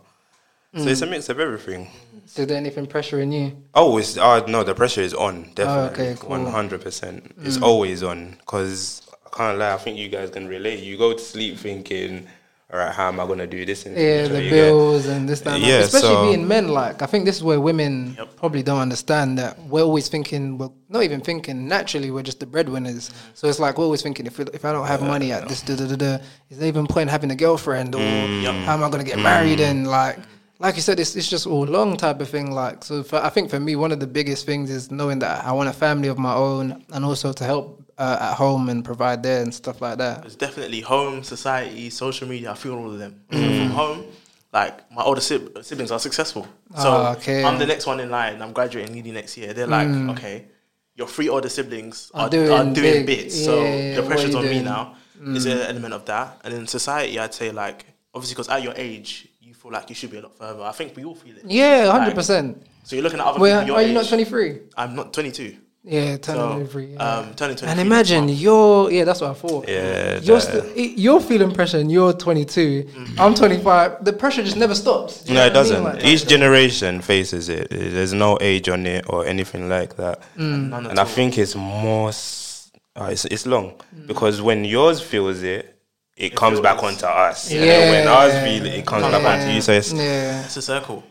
So it's a mix of everything.
Is there anything pressuring you?
Oh, it's uh, no. The pressure is on definitely,
Oh, okay, cool. Mm.
one hundred percent. It's always on because I can't lie. I think you guys can relate. You go to sleep thinking, "All right, how am I gonna do this?" And
Yeah, the
you get-
bills and this, that, and that.
Yeah,
especially
so-
being men. Like, I think this is where women
Yep.
probably don't understand that we're always thinking, well, not even thinking. Naturally, we're just the breadwinners. So it's like we're always thinking, if if I don't have money at this, da da da da, is there even point having a girlfriend or
Mm, Yep. Mm.
how am I gonna get married and like. Like you said, it's, it's just all long type of thing. Like, so for, I think for me, one of the biggest things is knowing that I want a family of my own and also to help uh, at home and provide there and stuff like that.
It's definitely home, society, social media. I feel all of them. So
Mm.
From home, like my older sib- siblings are successful, so
Ah, okay. Mm.
I'm the next one in line. I'm graduating uni next year. They're like, okay, your three older siblings
Are
are,
doing
are doing
big.
bits,
Yeah,
so the
what
pressure's
you
on me
doing? Mm.
now. Is an element of that, and in society, I'd say like obviously because at your age, you feel like you should be a lot further. I think we all feel it.
Yeah, hundred
Like,
percent.
So you're looking at other
Wait,
people your
are you not
age.
twenty three?
I'm not 22.
Yeah, turn
So,
over every. Yeah.
uh,
um, turning 23.
and
next
imagine
month.
you're yeah, that's what I thought.
Yeah,
you're
that-
sti- i- you're feeling pressure and you're 22. I'm 25. The pressure just never stops. Do you
Mm-hmm. No,
know
it
what I mean?
doesn't.
Like-
Each generation faces it. There's no age on it or anything like that.
Mm.
None at
And I
all.
think it's more. s- Uh, it's it's long
Mm.
because when yours feels it, it, comes back
feels-
onto us. And then when ours
Yeah.
feel it, it comes back onto you. So it's
yeah,
it's a circle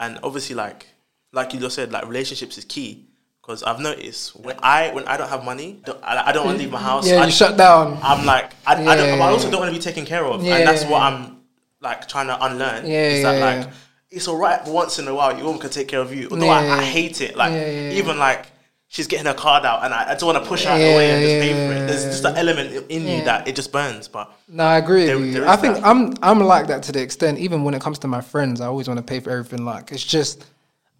and obviously like like you just said like relationships is key because i've noticed when i when i don't have money don't- i, I don't want to leave my house
yeah,
I,
you shut down.
i'm like I, I, don't, but I also
Yeah.
don't want to be taken care of
Yeah.
and that's what i'm like trying to unlearn
Yeah,
is that
yeah,
like
yeah.
it's all right once in a while your woman can take care of you although
Yeah.
I, I hate it like
Yeah, yeah, yeah.
even like She's getting her card out, and I, I just want to push her out of the way and just pay for it. There's just that element in you
Yeah.
that it just burns. But
No, I agree
There-
with you.
there
I
is
think
that.
I'm I'm like that to the extent, even when it comes to my friends, I always want to pay for everything. Like it's just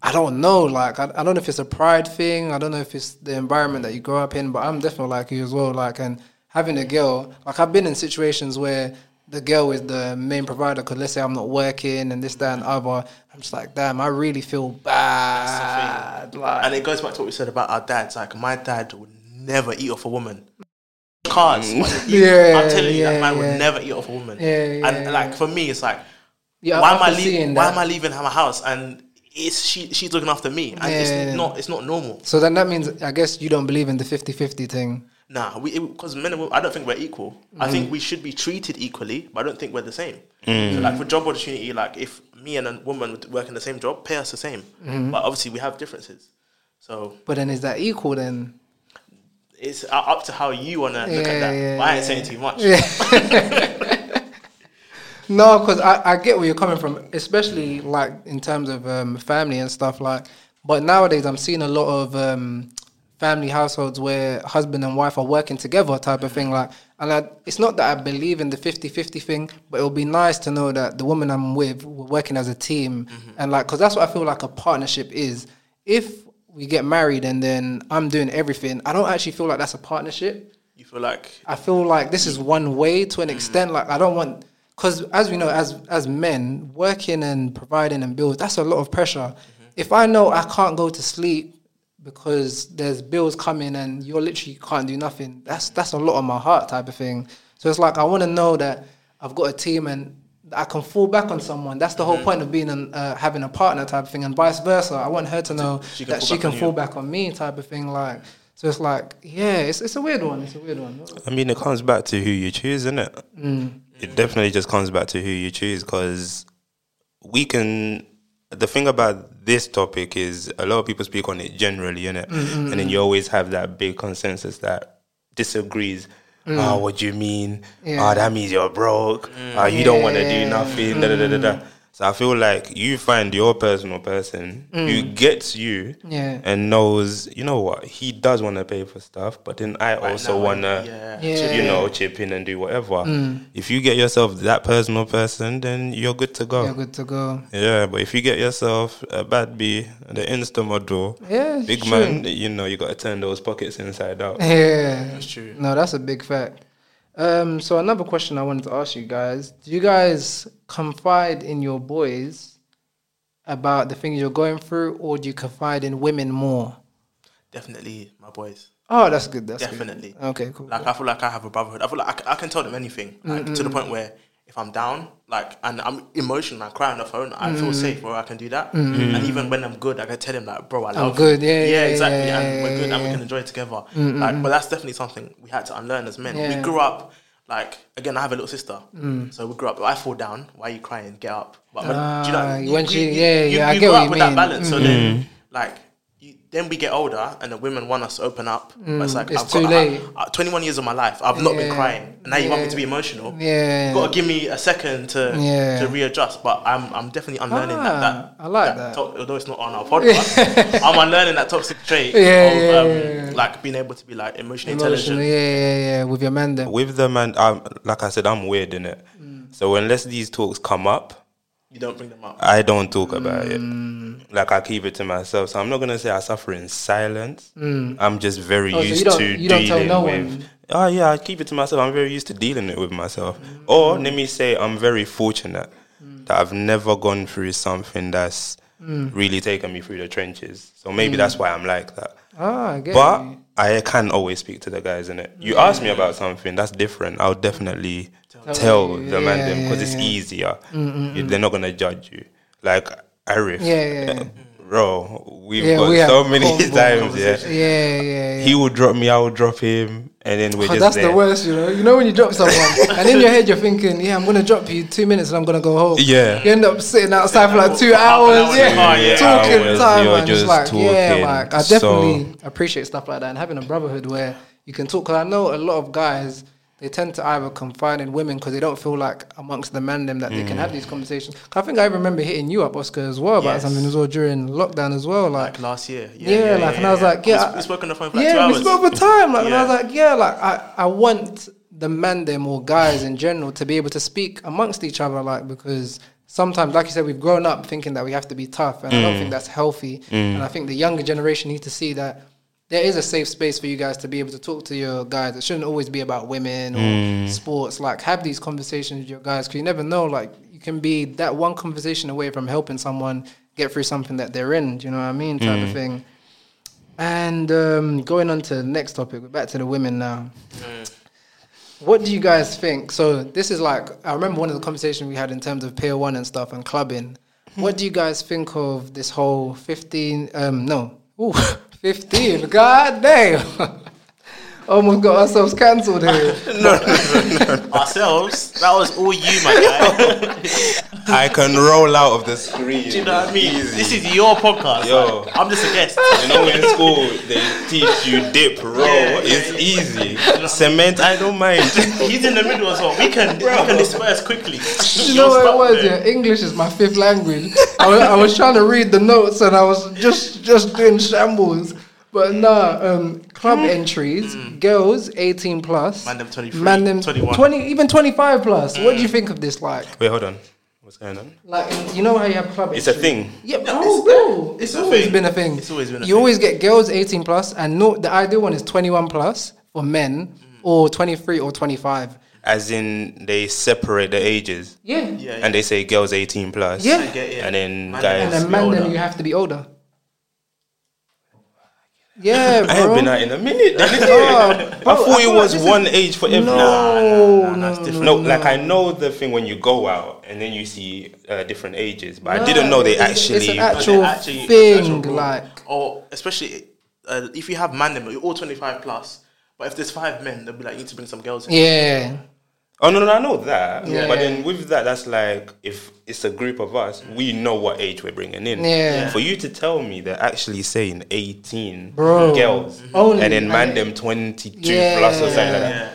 I don't know. Like I, I don't know if it's a pride thing. I don't know if it's the environment that you grow up in, but I'm definitely like you as well. Like and having a girl, like I've been in situations where the girl is the main provider because let's say I'm not working and this, that, and other. I'm just like, damn, I really feel bad. Like,
and it goes back to what we said about our dads. Like my dad would never eat off a woman. Cards.
Yeah,
I'm telling you,
yeah,
that
yeah.
man would never eat off a woman.
Yeah, yeah,
and
yeah.
like for me, it's like,
Yeah,
why am I
after seeing
leaving? Why
that.
am I leaving her house? And it's she. She's looking after me, and
Yeah, yeah,
it's not. It's not normal.
so then that means I guess you don't believe in the 50-50 thing.
Nah, we because men and women, I don't think we're equal. I
Mm.
think we should be treated equally, but I don't think we're the same. So like for job opportunity, like if me and a woman would work in the same job, pay us the same.
Mm.
But obviously we have differences. So
But then is that equal then?
it's uh, up to how you wanna look
Yeah,
at that.
yeah,
But I
yeah.
ain't saying too much.
No, because I, I get where you're coming from, especially like in terms of um, family and stuff like. But nowadays, I'm seeing a lot of um, family households where husband and wife are working together, type of thing. Like, and I, it's not that I believe in the 50-50 thing, but it'll be nice to know that the woman I'm with we're working as a team, and like, because that's what I feel like a partnership is. If we get married and then I'm doing everything, I don't actually feel like that's a partnership.
You feel like
I feel like this is one way to
Mm.
an extent. Like I don't want because as we know, as as men, working and providing and bills, that's a lot of pressure.
Mm-hmm.
If I know I can't go to sleep because there's bills coming and you're literally can't do nothing, that's that's a lot on my heart type of thing. So it's like I want to know that I've got a team and I can fall back on someone. That's the whole
Mm-hmm.
point of being an, uh, having a partner type of thing, and vice versa. I want her to know
She can
that
fall
she
back
can
on you.
fall back on me type of thing. Like so, it's like yeah, it's it's a weird one. It's a weird one.
I mean, it comes back to who you choose, isn't it?
Mm.
It definitely just comes back to who you choose because we can. The thing about this topic is a lot of people speak on it generally, innit?
Mm,
And then you always have that big consensus that disagrees. Ah, what do you mean?
Mm. Yeah. Mm.
Ah, that means you're broke. Ah, you don't want to do nothing. Da, da, da, da, da. So I feel like you find your personal person who gets you
Mm. Yeah.
and knows, you know what, he does want to pay for stuff, but then I
right
also
now,
want to
yeah.
Yeah. Mm.
you know, chip in and do whatever. If you get yourself that personal person, then you're good to
Oh.
go.
You're good to go.
Yeah, but if you get yourself a bad B, the insta model,
Yeah,
big
true.
man, you know, you got to turn those pockets inside
(laughs)
out.
Yeah, that's
true.
No, that's a big fact. Um, so another question I wanted to ask you guys: Do you guys confide in your boys about the things you're going through, or do you confide in women more?
definitely my boys.
Oh, that's good. That's good.
Definitely.
Okay, cool.
Like I feel like I have a brotherhood. I feel like I, c- I can tell them anything like, to the point where if I'm down, like, and I'm emotional, I cry on the phone, I feel safe, bro. I can do that. And even when I'm good, I can tell them like, bro, I love. you.
good, yeah, yeah,
yeah, exactly.
yeah,
and we're
yeah,
good, and we
yeah.
can enjoy it together. Like, but that's definitely something we had to unlearn as men.
Yeah. Mm.
We grew up. Like again, I have a little sister, so we grew up. I fall down. Why are you crying? Get up. But when, do you know,
Ah,
you-
when
you-
she-
you-
yeah,
you-
yeah, I
you
get
grew
what
up
you
with that
mean.
balance. So then, like, you, then we get older, and the women want us to open up. but it's like
Mm. it's
I've
too
got,
late.
I, I, 21 uh, years of my life, I've not
Yeah,
been crying, and now you want me
yeah,
to be emotional.
yeah.
you gotta give me a second to
Yeah.
to readjust. But I'm I'm definitely unlearning
Ah,
that, that.
I like that.
to- although it's not on
(laughs)
our podcast, I'm unlearning that toxic trait
Yeah,
of
yeah,
um,
yeah, yeah.
like being able to be like emotionally
Emotional,
intelligent.
yeah, yeah, yeah, with your man then.
With them, and um, like I said, I'm weird in it.
Mm.
So unless these talks come up,
You don't bring them up.
I don't talk about
Mm.
it. Like I keep it to myself. So I'm not gonna say I suffer in silence. I'm just very
Mm. Oh, so you
used
don't-
to
you don't
dealing
tell no one?
with. Oh yeah, I keep it to myself. I'm very used to dealing it with myself. Or
Mm.
let me say I'm very fortunate that I've never gone through something that's
Mm.
really taken me through the trenches. So maybe that's why I'm like that.
Ah, I get
But
you.
I can always speak to the guys in it. You ask me about something that's different. I'll definitely tell
you.
the man
Yeah,
them because it's
yeah,
easier. You- They're not gonna judge you. Like Arif,
Yeah, yeah,
(laughs)
yeah.
bro. We've
Yeah,
got
we have
so many
combo
(laughs) times. Yeah,
Yeah, yeah, yeah.
he will drop me. I will drop him, and then we're
Cause Oh,
just
that's
there.
the worst, you know. You know when you drop
(laughs)
someone, and in your head you're thinking, "Yeah, I'm gonna drop you two minutes, and I'm gonna go home."
Yeah.
You end up sitting outside for like two
For half an
hours,
hour
yeah,
in the car, yeah.
talking
Hours,
time,
you're
man. Just
just
like, yeah,
talking.
like I
So-
definitely appreciate stuff like that, and having a brotherhood where you can talk. Cause I know a lot of guys. They tend to either confide in women because they don't feel like amongst the men them that they can
Mm.
have these conversations. 'Cause I think I remember hitting you up, Oscar, as well about
Yes.
something as well during lockdown as well. Like,
Like last year, yeah,
yeah, like, and I was like,
We
yeah,
sp- we,
I-
spoke on the phone for like
yeah,
two hours.
we spoke for time. Like, and I
Yeah.
was like, yeah, like I, I want the man them or guys in general to be able to speak amongst each other, like because sometimes, like you said, we've grown up thinking that we have to be tough, and I don't
Mm.
think that's healthy. And I think the younger generation need to see that. There is a safe space for you guys to be able to talk to your guys. It shouldn't always be about women or
Mm.
sports. Like, have these conversations with your guys because you never know. Like, you can be that one conversation away from helping someone get through something that they're in. Do you know what I mean? Type
Mm.
of thing. And um, going on to the next topic, we're back to the women now. What do you guys think? So this is like I remember one of the conversations we had in terms of Pier One and stuff and clubbing. What do you guys think of this whole fifteen? Um, no, Ooh, (laughs) fifteen. God damn! (laughs) Oh Almost got ourselves cancelled here.
Ourselves, that was all you, my guy. (laughs)
I can roll out of the screen.
Do you know what I mean? This is your podcast.
Yo.
like, I'm just a guest.
You know, in school they teach you dip, roll.
Yeah, yeah,
it's easy. Cement, I don't
(laughs)
mind.
He's in the middle as well. We can we can disperse quickly.
you know what
You're
it was?
stuck there.
Yeah, English is my fifth language. I was, I was trying to read the notes and I was just just doing shambles. But nah, um,
Hmm.
club entries, girls 18 plus,
Man them Hmm. 23,
man them
21.
20, even 25 plus. What do you think of this? Like,
Wait, hold on. What's going on?
Like you know how you have club.
It's a
entry?
thing.
Yeah, bro,
it's-
bro,
it's
it's,
a
always
thing.
been a thing.
It's always been a
you
thing.
always get girls eighteen plus, and no, the ideal one is twenty one plus for men,
Hmm.
or twenty three or twenty five.
As in, they separate the ages
Yeah.
Yeah, yeah.
and they say girls 18 plus.
Yeah.
I get it.
And then
Man,
guys-
And
has to
then
be
man,
older.
then you have to be older. Yeah, bro.
Oh, I ain't been
(laughs)
out in a minute. then, innit?
Oh, bro,
(laughs) I thought
I
it
thought
was
this is-
one age for everyone.
No,
nah, nah, nah, it's
no,
different.
no,
no, like
no.
I know the thing when you go out and then you see uh, different ages, but I
No,
didn't know they
it's- it's
actually.
an act-
But
actual
they actually-
thing,
actual rule.
like-
or especially uh, if you have man them, you're all 25 plus. But if there's five men, they'll be like, you need to bring some girls in.
yeah.
oh no, no, I know that.
Yeah.
But then with that, that's like if it's a group of us, we know what age we're bringing in.
Yeah.
For you to tell me they're actually saying eighteen
Bro.
girls,
Only-
and then man
I-
them twenty two
Yeah.
plus or something like that.
Yeah.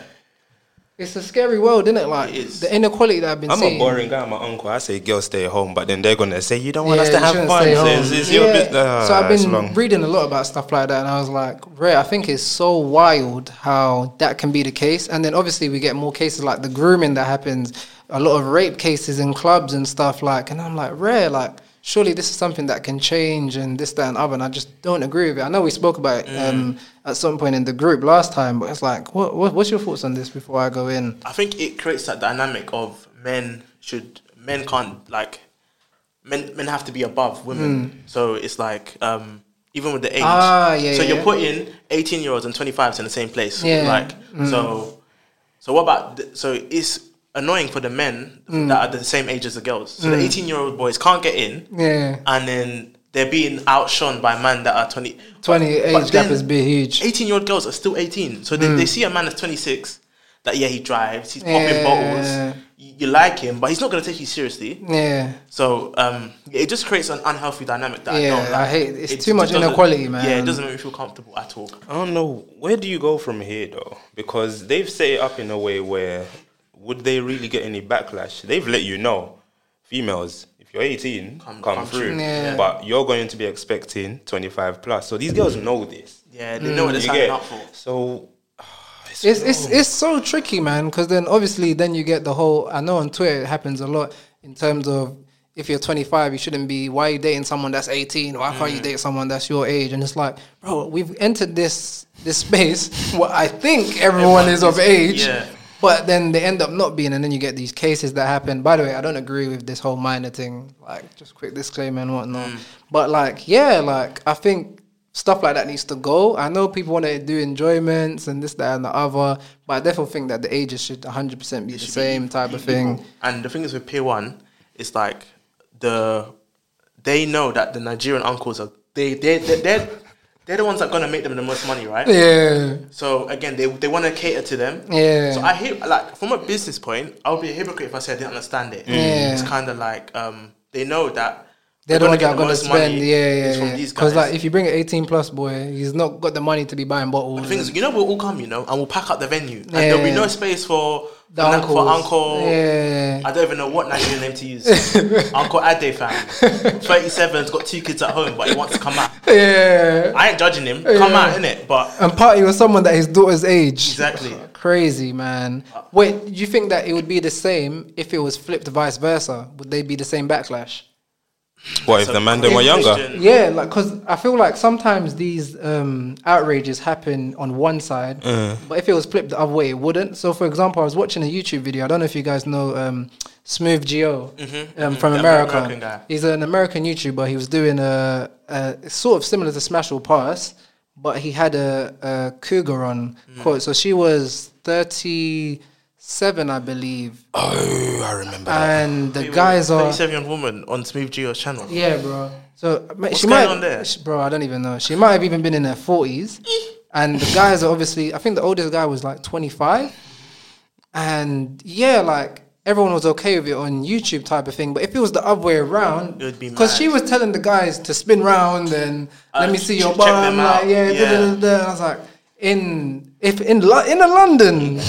It's a scary world, isn't it? Like
It is.
the inequality that I've been
I'm
seeing.
a boring guy. I'm an uncle. I say, girls stay home," but then they're gonna say, "You don't want us
Yeah,
to
you
have
shouldn't
fun."
stay
So
home.
it's, it's your
Yeah.
bus- Ah,
so I've
it's
been
long.
reading a lot about stuff like that, and I was like, "Rare, I think it's so wild how that can be the case." And then obviously we get more cases like the grooming that happens, a lot of rape cases in clubs and stuff like. And I'm like, "Rare, like surely this is something that can change and this, that, and other." And I just don't agree with it. I know we spoke about it um,
Mm.
at some point in the group last time, but it's like, what, what what's your thoughts on this before I go in?
I think it creates that dynamic of men should men can't like men men have to be above women. So it's like um even with the age.
Hmm. Ah, yeah,
so
yeah,
you're
yeah.
putting eighteen year olds and twenty fives in the same place.
Yeah. Hmm.
Like so so what about the, so it's annoying for the men
Hmm.
that are the same age as the girls. So the eighteen year old boys can't get in
Yeah,
and then they're being outshone by men that are twenty
twenty age gap
then-
is big, huge. Hmm.
18 year old girls are still 18. So they, they see a man that's 26, that yeah, he drives, he's
Yeah.
popping bottles, you, you like him, but he's not going to take you seriously.
Yeah.
So um, it just creates an unhealthy dynamic that
Yeah,
I don't like.
I hate- it's
It
too
just
much
doesn't-
inequality,
Yeah,
man.
it doesn't make me feel comfortable at all.
I don't know where do you go from here though, because they've set it up in a way where would they really get any backlash? They've let you know, females, if you're 18,
Come-
come,
come
through,
through.
Yeah.
but you're going to be expecting 25 plus. So these girls know this.
Yeah,
Hmm,
they know what they're
You
signing
get-
up for.
So
It's it's it's so tricky, man. Because then obviously, then you get the whole. I know on Twitter it happens a lot in terms of if you're 25, you shouldn't be. Why are you dating someone that's 18? Why can't you date someone that's your age? And it's like, bro, we've entered this this space (laughs) where I think everyone is of age.
yeah.
But then they end up not being, and then you get these cases that happen. By the way, I don't agree with this whole minor thing. Like, just quick disclaimer and whatnot.
Mm.
But like, yeah, like I think stuff like that needs to go. I know people want to do enjoyments and this, that, and the other, but I definitely think that the ages should 100% be the same type of thing.
And the thing is with Pier One, it's like the they know that the Nigerian uncles are they they they they're, they're the ones that gonna make them the most money, right?
Yeah,
So again, they, they want to cater to them.
Yeah.
So I hear like from a business point, I would be a hypocrite if I said I didn't understand it.
Yeah.
It's kind of like um they know that
they're the
gonna
ones
get
that are gonna
most
spend.
money
Yeah,
is
yeah,
from
yeah.
these
Because
guys.
like, if you bring an 18 plus boy, he's not got the money to be buying bottles.
the thing is, you know, we'll all come, you know, and we'll pack up the venue, and
Yeah.
there'll be no space for
The
for na- for
uncles.
uncle.
Yeah.
I don't even know what Nigerian name to
(laughs)
use. uncle Ade fam, thirty-seven's got two kids at home, but he wants to come
(laughs)
out.
yeah.
I ain't judging him. Come
Yeah.
out, innit? But
and party with someone that his daughter's age.
Exactly.
Crazy man. Wait, do you think that it would be the same if it was flipped vice versa? Would they be the same backlash?
what if the man them were
Good
younger?
question.
Yeah, like because I feel like sometimes these um, outrages happen on one side,
Uh.
but if it was flipped the other way, it wouldn't. So, for example, I was watching a YouTube video. I don't know if you guys know um, Smooth Geo
Mm-hmm.
um, from
The
America.
American guy.
He's an American YouTuber. He was doing a, a sort of similar to Smash or Pass, but he had a, a cougar on
Mm.
quote. So she was thirty-seven, I believe,
Oh, I remember.
and the guys are
37 year old woman on Smooth Geo's channel.
yeah, bro. So ma- she
going
might,
on there?
sh- bro. I don't even know. She might have even been in her forties, and the guys are obviously. I think the oldest guy was like twenty five, and yeah, like everyone was okay with it on YouTube type of thing. But if it was the other way around,
It would be
because she
mad.
was telling the guys to spin round and let
Uh,
me see
ch-
your
check
bum,
them
like
out.
yeah,
Yeah.
Da, da, da, da. And I was like, in if in Lo- in a London.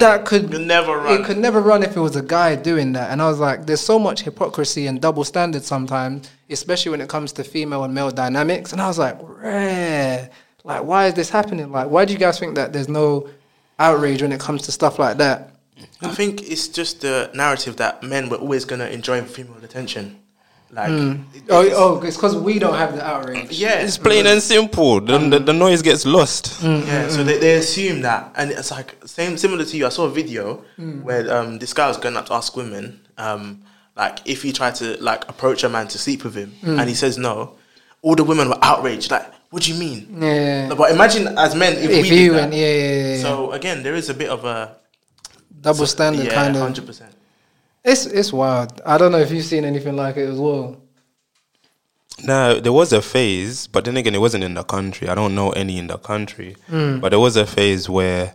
That could
You'll Mm. never run.
It could never run if it was a guy doing that. And I was like, there's so much hypocrisy and double standards sometimes, especially when it comes to female and male dynamics. And I was like, rare. Like, why is this happening? Like, why do you guys think that there's no outrage when it comes to stuff like that?
I think it's just the narrative that men were always gonna enjoy female attention. Like, it-
Oh, oh, it's because we don't have the outrage.
yeah,
It's plain and simple. The, the, the noise gets lost.
Yeah,
Hmm,
so they, they assume that, and it's like same similar to you. I saw a video
Hmm.
where um, this guy was going up to ask women, um, like if he tried to like approach a man to sleep with him,
Hmm.
and he says no. All the women were outraged. Like, what do you mean?
Yeah.
No, But imagine as men if,
If
we
you
did
went,
that.
yeah, yeah, yeah. yeah.
So again, there is a bit of a
Double standard
yeah,
kind of.
hundred percent.
It's it's wild. I don't know if you've seen anything like it as well.
Now there was a phase, but then again, it wasn't in the country. I don't know any in the country,
Hmm.
but there was a phase where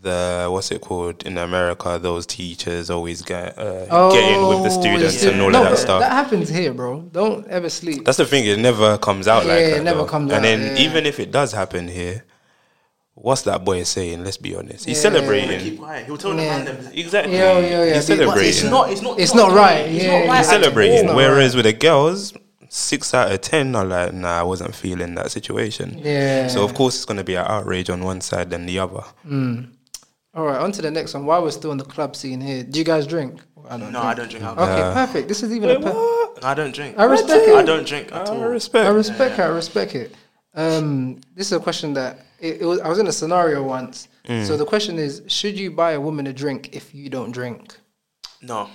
the what's it called in America? Those teachers always get uh, get in with the students
yeah.
and all
Oh, No,
of that
but
stuff.
That happens here, bro. Don't ever sleep.
That's the thing; it never comes out like
Yeah,
that.
it never
though.
comes
and
out,
then
yeah.
even if it does happen here, what's that boy saying? Let's be honest. He's celebrating.
Keep quiet. He'll tell
Yeah.
the man them.
Exactly.
Yeah, yeah, yeah.
He's
But
But it's
celebrating.
not. It's not.
It's not right,
It's
yeah,
not right.
He's
It's
at all.
celebrating.
not
Whereas with the girls, six out of ten are like, nah, I wasn't feeling that situation.
Yeah.
So of course it's gonna be an outrage on one side and the other.
All right, on to the next one. While we're still in the club scene here, do you guys drink? I don't.
No, I don't drink alcohol.
Okay, perfect. This is even a. Per-
No, I don't drink.
I respect it.
I don't drink at all.
I
Ah, respect.
respect it. I respect it. Um, this is a question that it, it was, I was in a scenario once.
Mm.
So the question is: Should you buy a woman a drink if you don't drink?
No,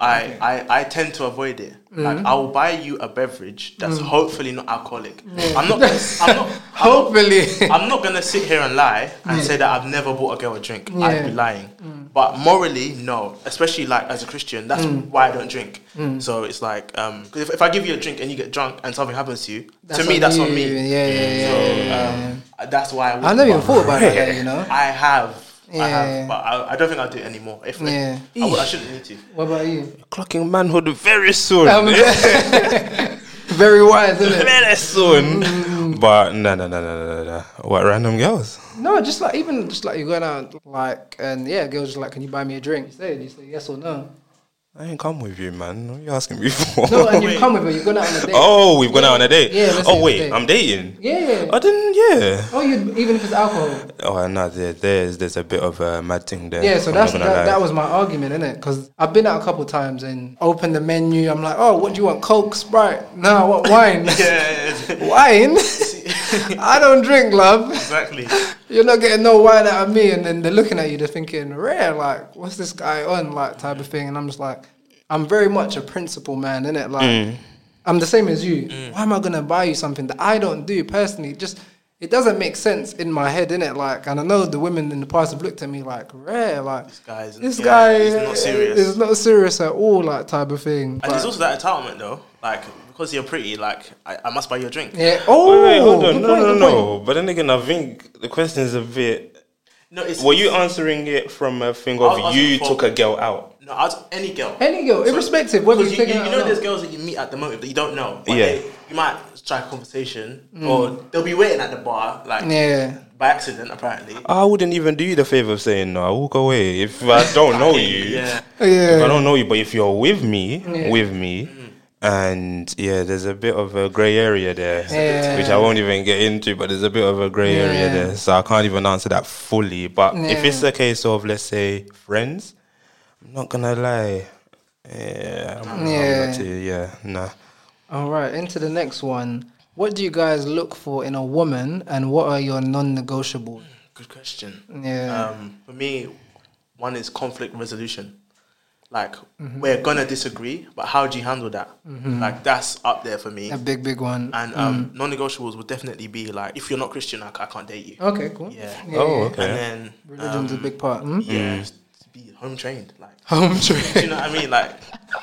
I, I, I tend to avoid it.
Mm-hmm.
Like I will buy you a beverage that's
Mm.
hopefully not alcoholic. I'm not.
(laughs)
Gonna, I'm not. I'm not-
Hopefully.
I'm not gonna sit here and lie and say that I've never bought a girl a drink. I'd be
Yeah. Mm.
lying. But morally, no. Especially like as a Christian, that's
Mm.
why I don't drink. So it's like, um, 'cause if, if I give you a drink and you get drunk and something happens to you,
That's
to me
on
that's on
you.
me.
Yeah, yeah, yeah,
So um, that's why I.
I
wouldn't
never even
buy-
thought about it.
(laughs)
like that, You know.
I have. I
Yeah.
have, but I, I don't think I'll do it anymore. If
Yeah.
I, would- I shouldn't need to. (laughs)
What about you? (laughs)
Clocking manhood very soon.
Um,
(laughs)
(laughs) very wise,
(laughs)
isn't it? Mm.
very soon. but no no no no no no no. What random girls?
No, just like even just like you're going out, like and yeah, girls just like, can you buy me a drink? You say, you say yes or no.
I ain't come with you, man. What are you asking me for?
No,
(laughs)
and you
Wait.
come with her. You're going out on a date.
oh, we've gone out on a date.
Yeah, let's say
oh
it's a
wait,
date.
I'm dating.
Yeah, yeah.
I didn't yeah.
Oh, you even if it's alcohol.
Oh no, there, there's there's a bit of a mad thing there.
Yeah, so
I'm not
that's that,
gonna lie.
that was my argument, innit? Because I've been out a couple times and opened the menu. I'm like, oh, what do you want? Coke, Sprite? No, I want
(laughs)
wine.
Yeah,
wine? (laughs) I don't drink, love.
exactly.
You're not getting no wine out of me. And then they're looking at you, they're thinking, rare, like, what's this guy on? Like, type of thing. And I'm just like, I'm very much a principal man, innit? Like, I'm the same as you. Why am I going to buy you something that I don't do personally? Just, it doesn't make sense in my head, innit? Like, and I know the women in the past have looked at me like, rare, like,
Guys,
this
yeah,
guy
is not serious.
is not serious at all, like type of thing.
and there's
But-
also that entitlement though, like because you're pretty, like I, I must buy you a drink.
yeah. Oh,
Wait, wait, hold on.
good
No,
point,
no,
good
no.
point.
But then again, I think the question is a bit.
No, it's
Were you answering it from a thing of
I was
you
asking
took
for-
a girl out?
no, I was, any girl.
Any girl, irrespective whether
Because
you
you,
take
you,
it
you
out
know,
or
there's
not.
girls that you meet at the moment that you don't know. One
Yeah.
day you might strike a conversation, or they'll be waiting at the bar, like
Mm. Yeah.
by accident, apparently.
I wouldn't even do you the favor of saying no. I walk away if I
(laughs)
don't know you.
Yeah,
If I
Yeah.
don't know you, but if you're with me,
Yeah.
with me, and yeah, there's a bit of a grey area there,
Yeah.
which I won't even get into. But there's a bit of a grey area
Yeah.
there, so I can't even answer that fully. But if
Yeah.
it's a case of let's say friends, I'm not gonna lie. Yeah, I'm- I'm
Yeah.
not too- yeah, nah.
All right, into the next one. What do you guys look for in a woman, and what are your non-negotiables?
good question.
Yeah.
Um, for me, one is conflict resolution. Like
Mm-hmm.
we're gonna disagree, but how do you handle that? Like that's up there for me.
a big, big one.
And um,
Mm.
non-negotiables would definitely be like, if you're not Christian, I, I can't date you.
okay, cool.
Yeah.
Oh,
yeah.
okay.
And then
Religion's
um,
a big part. (laughs) Mm?
yeah, just be home trained.
(laughs)
Like,
Home
do
trip.
you know what I mean? Like,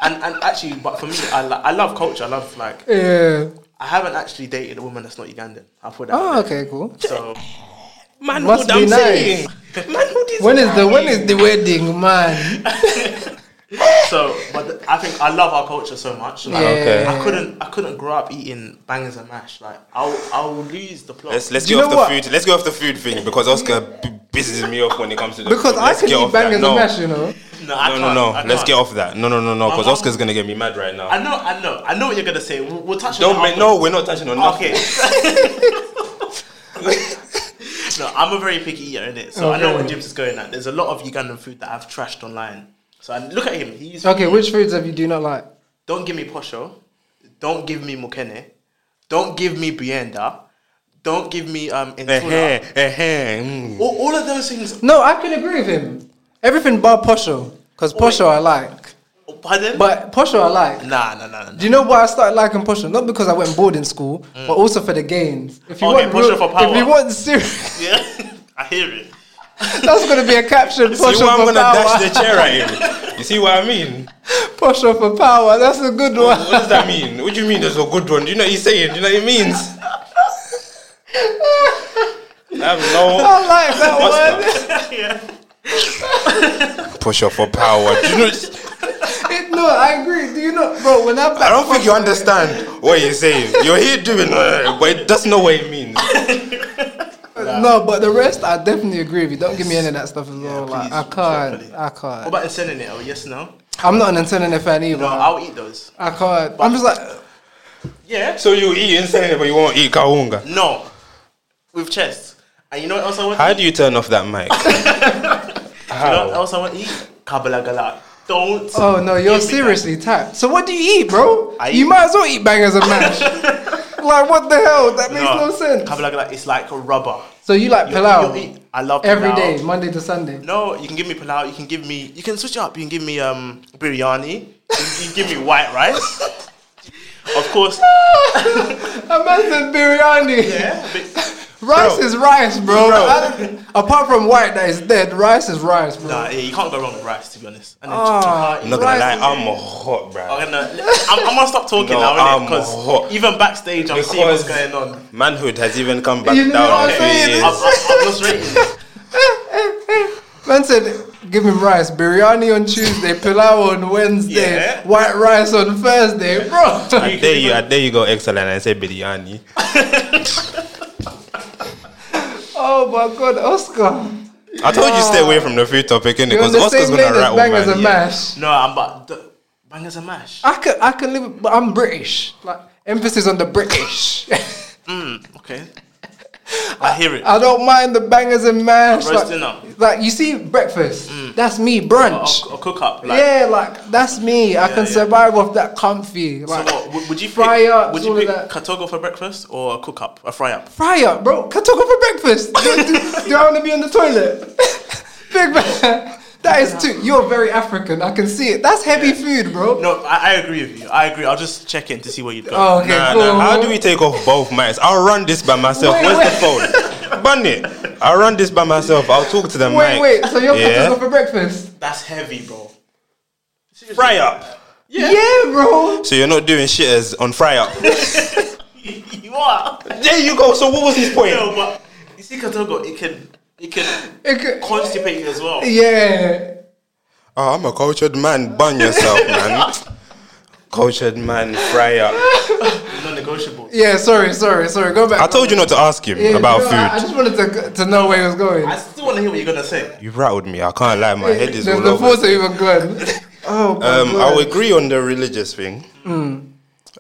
and, and actually, but for me, I lo- I love culture. I love like
yeah.
I haven't actually dated a woman that's not Ugandan. I put that.
Oh,
out
okay, cool.
there. So
Man,
Must be nice. When is the when is the wedding, man?
so, but th- I think I love our culture so much. Like,
Okay.
I couldn't I couldn't grow up eating bangers and mash. Like I'll I'll lose the plot.
Let's let's
Do you
get off
know
the
what?
food. Let's get off the food thing because Oscar (laughs) b- pisses me off when it comes to the
Because
food.
I
Let's
can
get
eat
off that.
bangers
no.
and mash, you know.
no, I
No,
can't,
no, no.
I
Let's
can't.
get off that. No, no, no, no. Because
mum-
Oscar's gonna get me mad right now.
I know, I know, I know what you're gonna say. We'll, we'll touch on
Don't
it
ma-
afterwards.
no, we're not touching on nothing.
Okay. (laughs) No, I'm a very picky eater in it, so I know what
Okay.
James is going at. There's a lot of Ugandan food that I've trashed online. So I look at him. He's
Okay, which foods have you do not like?
Don't give me posho. Don't give me mukene. Don't give me bienda. Don't give me um.
Eh,
Intula.
eh, eh, mm.
All, all of those things.
No, I can agree with him. Everything but posho, because posho I like.
Oh, Pardon?
But posho I like.
nah, nah, nah, nah.
Do you know why I started liking posho? Not because I went boarding school, but also for the gains. If you
Okay,
want,
Posho
real-
for power.
if you want serious, (laughs)
Yeah, (laughs) I hear it.
that's gonna be a caption. Posho
(laughs) See why I'm
for
gonna
power.
dash
(laughs)
the chair at you. You see what I mean?
Posho for power. That's a good one. (laughs)
What (laughs) does that mean? What do you mean? There's a good one. Do you know what he's saying? Do you know what it means? I have no
I like that one.
yeah.
push up for power. Do you know?
(laughs) It- no, I agree. Do you know, bro? When I
I
back,
don't think you understand what you're saying. You're here doing, uh, but it doesn't know what it means.
no, but the rest I definitely agree with you. Don't give me any of that stuff as well. like
please,
I can't,
definitely.
I
What
can't.
about insanity? Oh, yes, no.
I'm not an antenna fan either.
No, I'll eat those.
I can't. I'm just like,
Yeah.
So you eat insane, but you won't eat kaunga.
No. With chest. And you know what else I want?
How
to eat?
do you turn off that
(laughs)
mic?
You know what
How?
else I want to eat? Kabala gala. Don't.
oh no, you're
give me
seriously tapped. So what do you eat, bro?
I
you
eat-
might as well eat bangers and
(laughs)
mash. like what the hell? That makes no, sense.
Kabala gala is like a rubber.
So you like
You-
pilau
you eat- I love
every
pilau.
day, Monday to Sunday. (laughs)
No, you can give me pilau. You can give me. You can switch it up. You can give me um biryani. You can, you can give me white
(laughs)
rice. of course.
A man said biryani.
Yeah. But,
Rice
Bro.
is rice, bro.
Bro.
I don't- apart from white that is dead, rice is rice, bro.
nah, yeah, you can't go wrong with rice, to be honest. And then
Ah,
chicken.
I'm not gonna lie,
Rice is-
I'm a hot bruh.
I'm gonna, I'm, I'm gonna stop talking
No,
now,
I'm
Because
hot.
even backstage, I'm seeing what's going on.
Manhood has even come back
You know what I'm
down. a few
saying?
years.
I'm, I'm, I'm just rating.
(laughs) Man said, give him rice, biryani on Tuesday, pilau on Wednesday,
Yeah.
white rice on Thursday, bro.
(laughs)
I dare you, I dare you go excellent and say biryani.
oh my god, Oscar.
I told you stay away from the food topic, innit?
Ah. You're on
Because
the
Oscar's
same lane
gonna
as
rattle
bangers
man.
and
yeah.
mash.
No, I'm but the, bangers and mash.
I can I can live with- but I'm British. Like emphasis on the British.
Mm, okay. I hear it.
(laughs) I don't mind the bangers and mash.
Roast
Like,
dinner.
like, you see breakfast.
Mm.
That's me, brunch.
A, a cook up. Oh, Like,
yeah, like that's me. I can
yeah.
survive off that comfy.
So
Like
what, would- would you
fry
pick,
ups,
would you
all
pick
of that.
katogo for breakfast or a cook up, a fry up?
fry up, bro. Can I talk for breakfast? do, do- do I want to be on the toilet? (laughs) Big man, that is too. You're very African. I can see it. That's heavy food, bro.
No, I, I agree with you. I agree. I'll just check in to see where you go.
Oh, okay,
Nah,
cool.
nah. How do we take off both mics? I'll run this by myself.
Wait,
Where's the phone? Bun it. I'll run this by myself. I'll talk to the
Wait,
mic.
wait. So you're yeah.
yeah.
for breakfast?
That's heavy, bro. (laughs)
fry up.
Yeah. bro.
So you're not doing shit as on fry up.
you are.
(laughs)
(laughs)
there you go. So what was his point?
No, but you see, katogo, it can it can
It could-
constipate you as well.
yeah.
Oh, I'm a cultured man. Bun yourself, (laughs) man. cultured man. Fry up.
Non-negotiable.
Yeah. Sorry, sorry, sorry. Go back.
I told you not to ask him
Yeah,
about
no, I, I
food.
just wanted to, to know where he was going.
I still want to hear what you're gonna say.
You've rattled me. I can't lie. My head is
the
all
the
over.
thoughts are even good. (laughs) Oh, my
Um,
God.
I'll agree on the religious thing.
Hmm.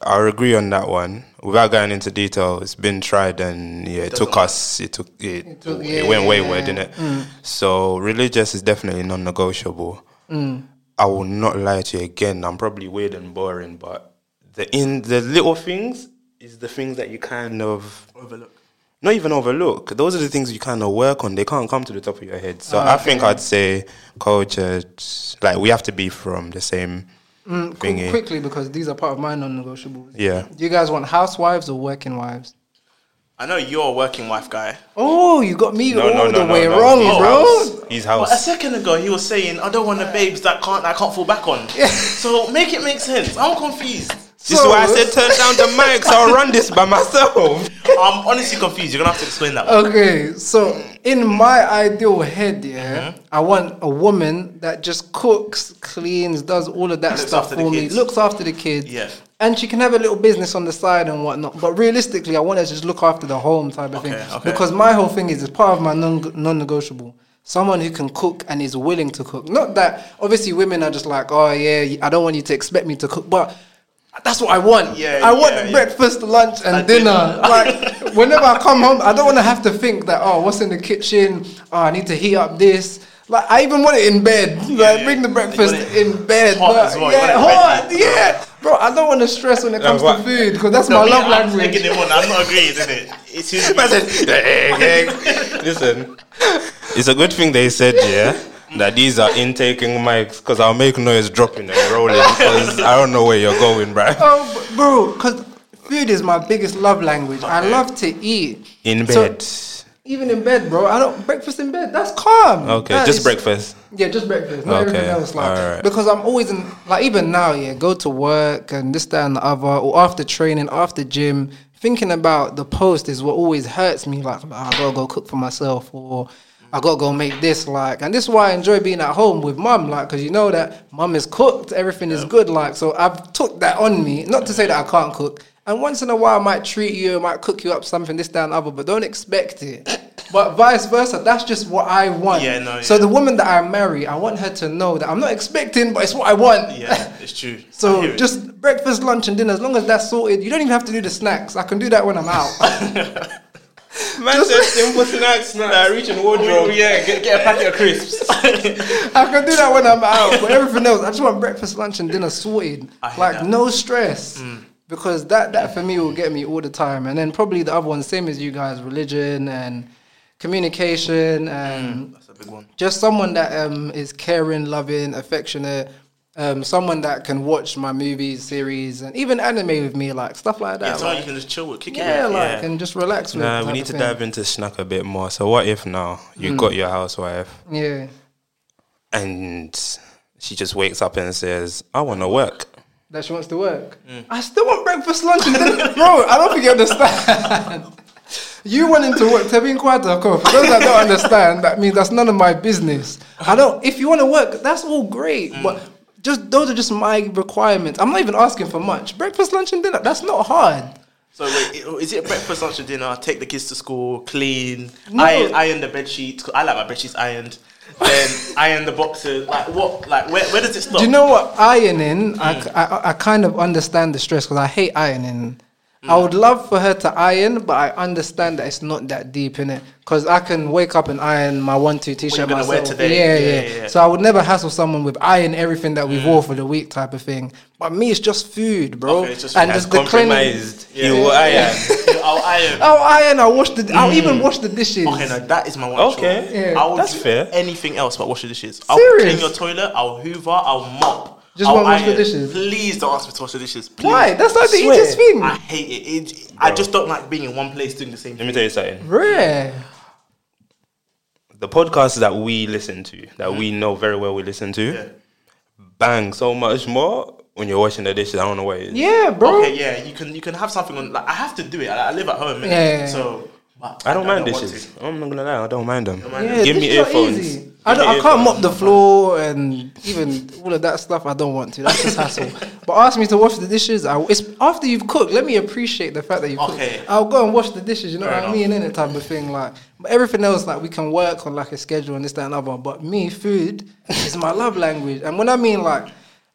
I'll agree on that one. Without going into detail, it's been tried and yeah, it took us. It took it. It,
took-
went
yeah.
wayward, didn't it? So religious is definitely non-negotiable.
Hmm.
I will not lie to you again. I'm probably weird and boring, but the in the little things is the things that you kind of
Overlook.
not even overlook. Those are the things you kind of work on. They can't come to the top of your head. So I think I'd say culture, like we have to be from the same
Mm,
thingy.
quickly because these are part of my non-negotiables.
Yeah.
Do you guys want housewives or working wives?
I know you're a working wife guy.
Oh, you got me all the way
no.
wrong,
He's
bro.
House. He's
But Oh, a
house.
second ago, he was saying, "I don't want the babes that can't I can't fall back on." so make it make sense. I'm confused.
This is why I said turn down
(laughs)
the mics. I'll run this by myself.
I'm honestly confused. You're gonna have to explain that. One.
Okay, so in my ideal head,
Mm-hmm.
yeah, I want a woman that just cooks, cleans, does all of that
Looks
stuff
after the
for me,
kids.
looks after the kids.
Yeah.
And she can have a little business on the side and whatnot. But realistically, I want her to just look after the home type of
Okay,
thing.
okay.
Because my whole thing is, it's part of my non- non-negotiable. Someone who can cook and is willing to cook. Not that, obviously, women are just like, oh, yeah, I don't want you to expect me to cook. But That's what I want.
Yeah,
I want
yeah, yeah.
breakfast, lunch, and
And
dinner.
dinner.
(laughs) Like whenever I come home, I don't want to have to think that oh, what's in the kitchen? Oh, I need to heat up this. Like I even want it in bed. Like
yeah.
bring the
You want
breakfast
it
in bed.
hot
like,
as well. You
Yeah,
want it
hot.
ready.
Yeah, bro. I don't want to stress when it
No,
comes to
what-
food because that's
No,
my
me,
love
I'm
language.
taking it one. I'm not agreeing, isn't (laughs) it? It's his.
(laughs) I said, "Egg, egg." Listen, it's a good thing they said, yeah, that these are intaking mics because I'll make noise dropping and rolling because I don't know where you're going, bruh.
(laughs) Oh, b- bro, because food is my biggest love language. I love to eat.
In
So,
bed.
even in bed, bro. I don't breakfast in bed. That's calm.
okay,
That
just
is-
breakfast.
Yeah, just breakfast. Not
Okay,
everything else. Like
alright.
because I'm always in like even now. Yeah, go to work and this, that, and the other, or after training, after gym. Thinking about the post is what always hurts me. Like "Ah, I gotta go cook for myself, or I gotta go make this. Like, and this is why I enjoy being at home with mum. Like, cause you know that mum is cooked, everything is good. Like, so I've took that on me. Not to say that I can't cook. And once in a while, I might treat you, I might cook you up something, this, that, and the other, but don't expect it. But vice versa, that's just what I want.
Yeah, no,
so
yeah.
the woman that I marry, I want her to know that I'm not expecting, but it's what I want. (laughs)
Yeah, it's true. I hear
So
it.
just breakfast, lunch, and dinner. As long as that's sorted, you don't even have to do the snacks. I can do that when I'm out. (laughs)
Man said simple snacks that reach in wardrobe.
(laughs) yeah, get, get a packet of crisps.
I can do that when I'm out. But everything else, I just want breakfast, lunch, and dinner sorted.
I hear
Like
that. Mm.
no stress. Because that that for me will get me all the time. And then probably the other one, same as you guys, religion and communication and
That's a big one.
just someone that um, is caring, loving, affectionate, um, someone that can watch my movies, series, and even anime with me, like stuff like
Yeah,
that.
someone
like,
you can just chill with, kick
yeah,
it with.
like
yeah.
and just relax with.
Nah,
type
we need
of
to
thing.
dive into snack a bit more. So, what if now
Hmm.
you got your housewife
Yeah,
and she just wakes up and says, I want to work?
that she wants to work.
Mm.
I still want breakfast, lunch, and dinner, (laughs) bro. I don't think you understand. (laughs) You wanting to work, Tebin Kwata, come on. For those that don't understand, that means that's none of my business. I don't, if you want to work, that's all great.
Mm.
But just those are just my requirements. I'm not even asking for much. Breakfast, lunch, and dinner, that's not hard.
So wait, i- is it breakfast, lunch, and dinner? Take the kids to school, clean,
No.
iron, iron the bed sheets. 'cause I like my bed sheets ironed. Then iron the boxes. Like what? Like where? Where does it stop? Mm.
Do you know what ironing? I, I, I kind of understand the stress because I hate ironing. I
Mm.
would love for her to iron, but I understand that it's not that deep in it because I can wake up and iron my one two t
you're
shirt
gonna
myself.
wear today.
Yeah, yeah,
Yeah, yeah, Mm. yeah.
So I would never hassle someone with iron everything that we wore for the week type of thing. But me, it's just food, bro.
Okay, it's just
and
food.
Has
just the cleaning.
compromised. You will iron.
I'll
(laughs)
iron.
I'll iron. I'll wash the. I'll even wash the dishes.
Mm. Okay, no, that is my one.
Okay.
chore.
Yeah.
I will
That's
do
fair.
Anything else but wash the dishes? I'll
Serious?
clean your toilet. I'll Hoover. I'll mop.
Just
I'll
won't wash the
iron.
dishes?
Please don't ask me to wash the dishes. Please.
Why? That's like the
Swear.
easiest thing.
I hate it. it I just don't like being in one place doing the
Let
same thing.
me tell you something.
Rare.
the podcasts that we listen to, that we know very well we listen to,
Yeah.
bang so much more when you're washing the dishes. I don't know what it is.
Yeah, bro.
Okay, yeah, you can you can have something on. Like I have to do it. I, I live at home,
Yeah, yeah, yeah.
innit? so but
I don't mind
want
dishes.
to.
I'm not gonna lie, I don't mind them.
Yeah,
Give me
dishes are
earphones.
easy.
Give
I, don't,
me
I can't mop
earphones.
the floor and even all of that stuff. I don't want to. That's just
(laughs)
hassle. but ask me to wash the dishes. I, it's after you've cooked. Let me appreciate the fact that you've
Okay.
cooked. I'll go and wash the dishes. You know
Fair
what I
enough.
mean? In it type of thing. Like, but everything else, like we can work on like a schedule and this that and other. But me, food is my love language. And when I mean like,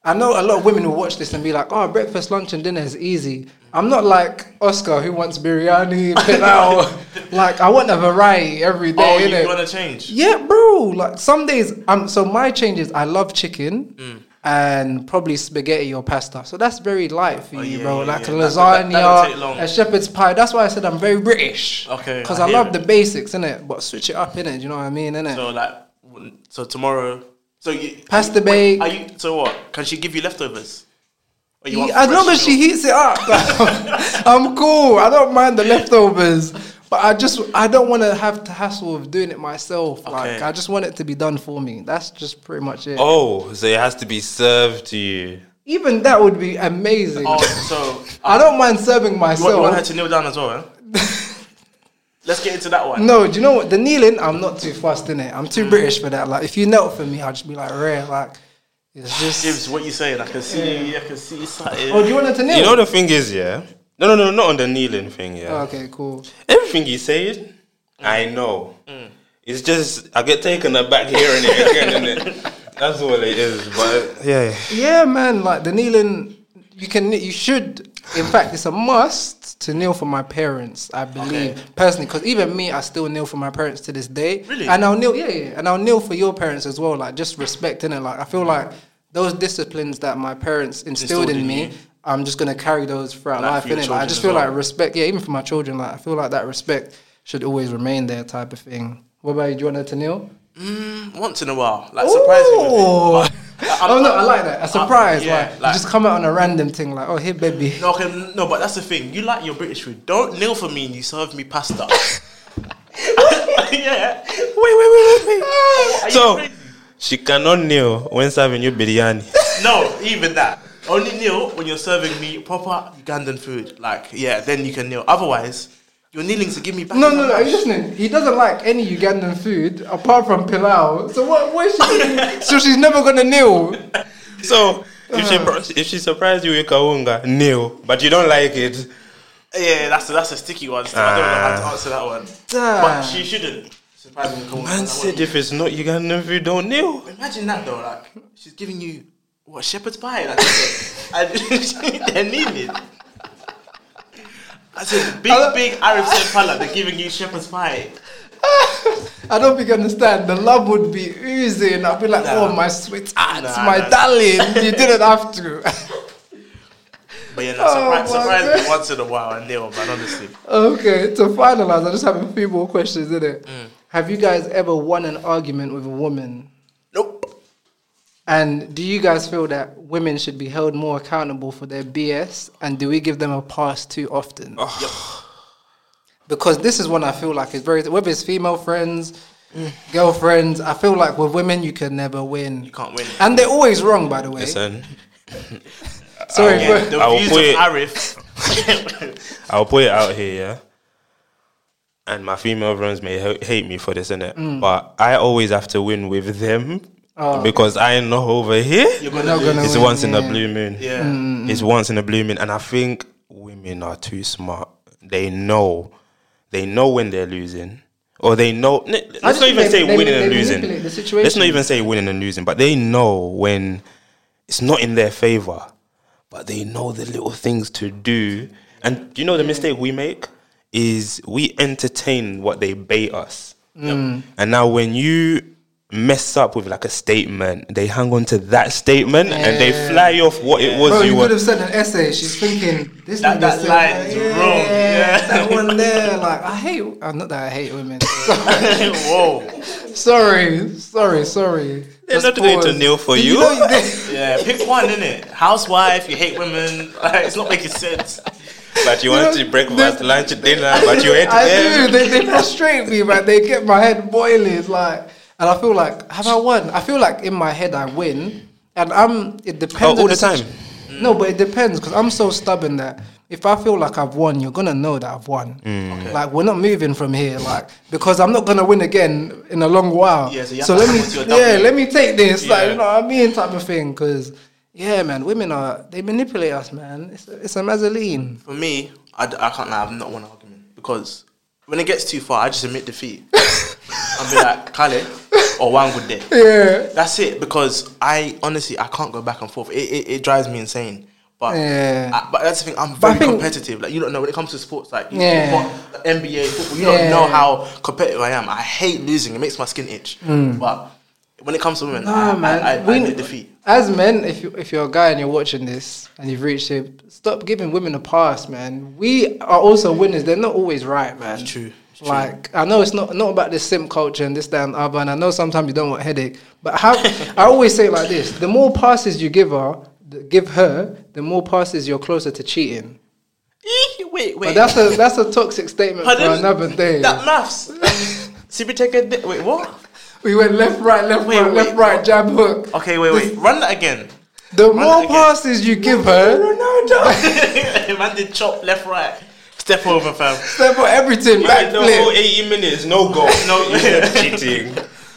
I know a lot of women will watch this and be like, "Oh, breakfast, lunch, and dinner is easy." I'm not like Oscar who wants biryani,
(laughs)
pilau. like I want a variety every day.
Oh,
innit?
you want to change?
Yeah, bro. Like some days, um. So my change is I love chicken
Mm.
and probably spaghetti or pasta. So that's very light for you,
Oh, yeah,
bro.
yeah,
like a
yeah. That- that-
lasagna,
that don't take long.
a shepherd's pie. That's why I said I'm very British.
Okay,
Because
I
I,
hear
love
it.
the basics, innit? But switch it up, innit? Do you know what I mean, innit?
So like, w- so tomorrow. So you
Pasta
wait,
bake.
Are you? So what? Can she give you leftovers? Or you
Ye-
want
as long
fresh
as she
meal?
heats it up, (laughs) I'm cool. I don't mind the leftovers. But I just I don't want to have the hassle of doing it myself. Like
Okay.
I just want it to be done for me. That's just pretty much it.
Oh, so it has to be served to you.
Even that would be amazing.
Oh, so
I don't mind serving
you want, you want her
myself.
to kneel down
(laughs)
as well? Eh? Let's get into that one.
No, do you know what? The kneeling, I'm not too fussed in it. I'm
Mm.
too British for that. Like, if you knelt for me, I'd just be like, rare. Like, it's just.
Gibbs, what you saying? I can see. I can see something.
Oh, do you want her to kneel?
You know the thing is, yeah. No, no, no, not on the kneeling thing, yeah.
Oh, okay, cool.
Everything he said, I know. It's just I get taken aback hearing it again, and that's all it is. But yeah,
Yeah, man. Like the kneeling, you can you should in fact it's a must to kneel for my parents i believe
Okay.
personally because even me i still kneel for my parents to this day
Really?
and i'll kneel yeah, yeah and i'll kneel for your parents as well like just respecting it like i feel like those disciplines that my parents instilled,
Instilled
in,
in
me
you.
i'm just going to carry those throughout
Like,
life
for your
innit? Like, i
children
just
as
feel
well.
like respect yeah even for my children like i feel like that respect should always remain there type of thing what about you do you want her to kneel
Once in a while, like surprisingly.
Ooh. (laughs) oh no, I like that. A
I'm-
surprise,
yeah,
like, you just come out on a random thing, like, oh, here, baby.
No, okay, no, but that's the thing. You like your British food. Don't kneel for me and you serve me
(laughs)
pasta. (laughs) yeah. Wait, wait, wait, wait, wait.
So she cannot kneel when serving you biryani.
no, even that. Only kneel when you're serving me proper Ugandan food. Like, yeah, then you can kneel. Otherwise, you're kneeling to give me back.
No, no, no, are you listening? He doesn't like any Ugandan food apart from pilau. So what? What is
(laughs)
she? so she's never gonna kneel.
So if she pro- if she surprised you with kawunga, kneel, but you don't like it.
Yeah, that's a, that's a sticky one. So I don't know
Ah.
how to answer that one.
Damn.
But she shouldn't. Surprisingly, come on,
Man
that
said
one.
if it's not Ugandan food, don't kneel.
Imagine that though. Like, she's giving you what shepherd's pie. Like, I said, (laughs) and they're kneeling. I said, big,
Oh.
big Arab Saint Pala, they're giving you shepherd's pie.
I don't think you understand. The love would be oozing. I'd be like,
Nah.
oh my sweetheart,
Nah,
my
nah.
darling.
(laughs)
You didn't have to.
But yeah, no,
Oh
surprise,
my
surprise
God.
me once in a while, I kneel, but honestly.
okay. To finalize, I just have a few more questions in it.
Mm.
Have you guys ever won an argument with a woman?
Nope.
And do you guys feel that women should be held more accountable for their BS? And do we give them a pass too often? Because this is one I feel like is very, whether it's female friends, girlfriends, I feel like with women, you can never win. You
can't win.
And they're always wrong, by the way.
Listen,
Sorry,
Yeah,
but
the
I will
views
put
of
it-
Arif. (laughs)
I'll put it out here, yeah. And my female friends may ha- hate me for this, innit? But I always have to win with them
Mm. Oh.
because I know over here.
You're
we're
gonna
not
lose.
gonna
It's
win,
once in a
yeah.
blue moon.
Yeah.
It's once in a blue moon. And I think women are too smart. They know. They know when they're losing. Or they know. n- Let's
just
not
think
even
they-
say
they-
winning
they
and
manipulate the
losing.
situation.
Let's not even say winning and losing, but they know when it's not in their favor. But they know the little things to do. And do you know the mistake we make? Is we entertain what they bait us.
Mm.
And now when you mess up with like a statement, they hang on to that statement and they fly off what it was
Bro,
you
you could
were.
have said an essay. She's thinking this
That-
nigga
that
said
line
that,
is wrong, yeah.
(laughs)
that one there. Like I hate. Uh, not that I hate women. (laughs)
(laughs) Whoa.
sorry, sorry, sorry.
They're
Just
not going to
pause.
kneel for
Did
you.
know did-
(laughs)
Yeah, pick one, innit? Housewife, you hate women. (laughs) Like, it's not making sense.
But you want
know,
to breakfast, lunch, dinner, but you ate
(laughs) I do.
them.
They, they frustrate me, man. They get my head boiling. Like, and I feel like, have I won? I feel like in my head I win, and I'm. It depends
Oh,
on
all the
situ-
time?
No, but it depends because I'm so stubborn that if I feel like I've won, you're gonna know that I've won.
Mm.
Like we're not moving from here, like because I'm not gonna win again in a long while.
Yeah, so you have
so
to
let
hold
me,
on to your
yeah,
W.
let me take this, like
Yeah.
you know what I mean, type of thing. Because yeah, man, women are they manipulate us, man. It's a, it's a mazzoline.
For me, I, d- I can't lie, I've not won an argument. Because when it gets too far, I just
(laughs)
admit defeat. I'll be like, Kale, or one good day.
Yeah.
That's it because I honestly I can't go back and forth. It it, it drives me insane. But
Yeah.
I- but that's the thing. I'm
But I
very
think-
competitive. Like you don't know when it comes to sports. Like you,
Yeah.
what, NBA football. You
Yeah.
don't know how competitive I am. I hate losing. It makes my skin itch. But when it comes to women, I,
Nah, Mm. man.
I, I, I
we-
admit defeat.
As men, if you if you're a guy and you're watching this and you've reached here, stop giving women a pass, man. We are also winners. They're not always right, man.
It's true. It's true.
Like I know it's not not about this simp culture and this that and the other, and I know sometimes you don't want headache. But
(laughs)
how I always say it like this: the more passes you give her, give her, the more passes you're closer to cheating.
Eek, wait
But
wait.
that's a that's a toxic statement for
Pardon?
another day.
That (laughs) maths. Sibiteka. di- Wait what?
We went left, right, left,
Wait,
right, left,
wait.
right, jab, hook.
Okay wait wait. Run that again. (laughs)
The
Run
more
again.
passes you give her, (laughs)
man did chop left right. Step over fam.
They put everything
Like the whole
backflip.
80 minutes,
(laughs)
no goal.
No.
You were cheating.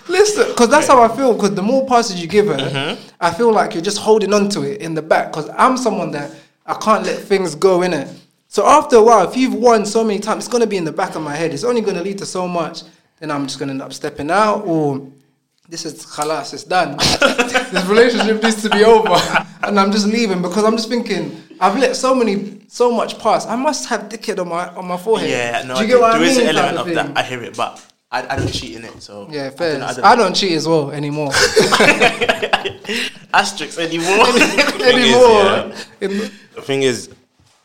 Listen, because that's how I feel. Because the more passes you give her,
Uh-huh.
I feel like you're just holding on to it in the back. Because I'm someone that I can't let things go in it. So after a while, if you've won so many times, it's gonna be in the back of my head. It's only gonna lead to so much. Then I'm just gonna end up stepping out, or this is (laughs) khalas, it's done. this relationship needs to be over, and I'm just leaving because I'm just thinking. I've let so many, so much pass. I must have dickhead on my on my forehead.
Yeah,
Do
no,
you
I
get
get-
what I
there
mean?
is
type
an element of,
thing?
that. I hear it, but I, I don't cheat in it, so
yeah,
I
fair.
don't, I don't,
I don't cheat as well anymore.
asterisks anymore. (laughs)
anymore. In-
the thing is,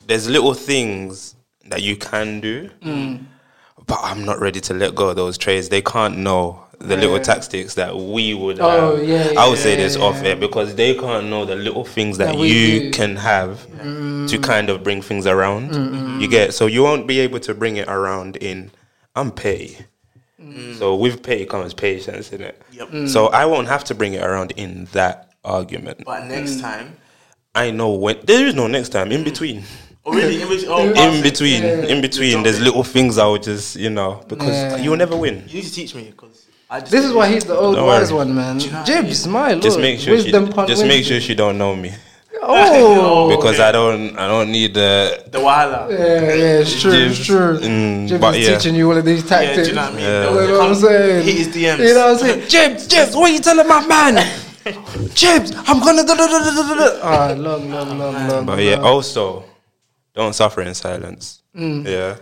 there's little things that you can do, but I'm not ready to let go of those trades. They can't know the little tactics that we would
Oh,
have.
yeah,
I would
yeah,
say this
yeah,
off air because they can't know the little things that,
That we do. Mm.
you can have to kind of bring things around. You get so you won't be able to bring it around in I'm pay.
Mm.
So with pay comes patience, isn't it?
Yep. Mm.
So I won't have to bring it around in that argument.
but
Mm.
next time,
I know when there is no next time in between.
oh
(laughs)
really? In between, oh,
In
pass it.
between, in between, there's little things I would just, you know, because
Yeah.
you'll never win.
You need to teach me because I just
this is why he's the old
Don't
wise
worry.
one, man.
you know what I
Jibs, my lord.
Just make sure she,
Wisdom pun-
just make sure she don't know me
Oh.
because
okay.
I don't, I don't need the.
the wala. Yeah.
Yeah, yeah, it's true, it's
Jibs,
true.
mm,
Jibs
but
is
yeah.
teaching you all of these
do
tactics.
you know what I mean?
Yeah.
They'll-
You know
they'll
what I'm
come-
saying?
Hit his DMs.
You know what I'm saying? Jibs, Jibs, what are you telling my man? Jibs, I'm gonna da da da da da da. Ah, long, long, long, long.
But yeah, oh. also, don't suffer in silence.
Mm.
Yeah,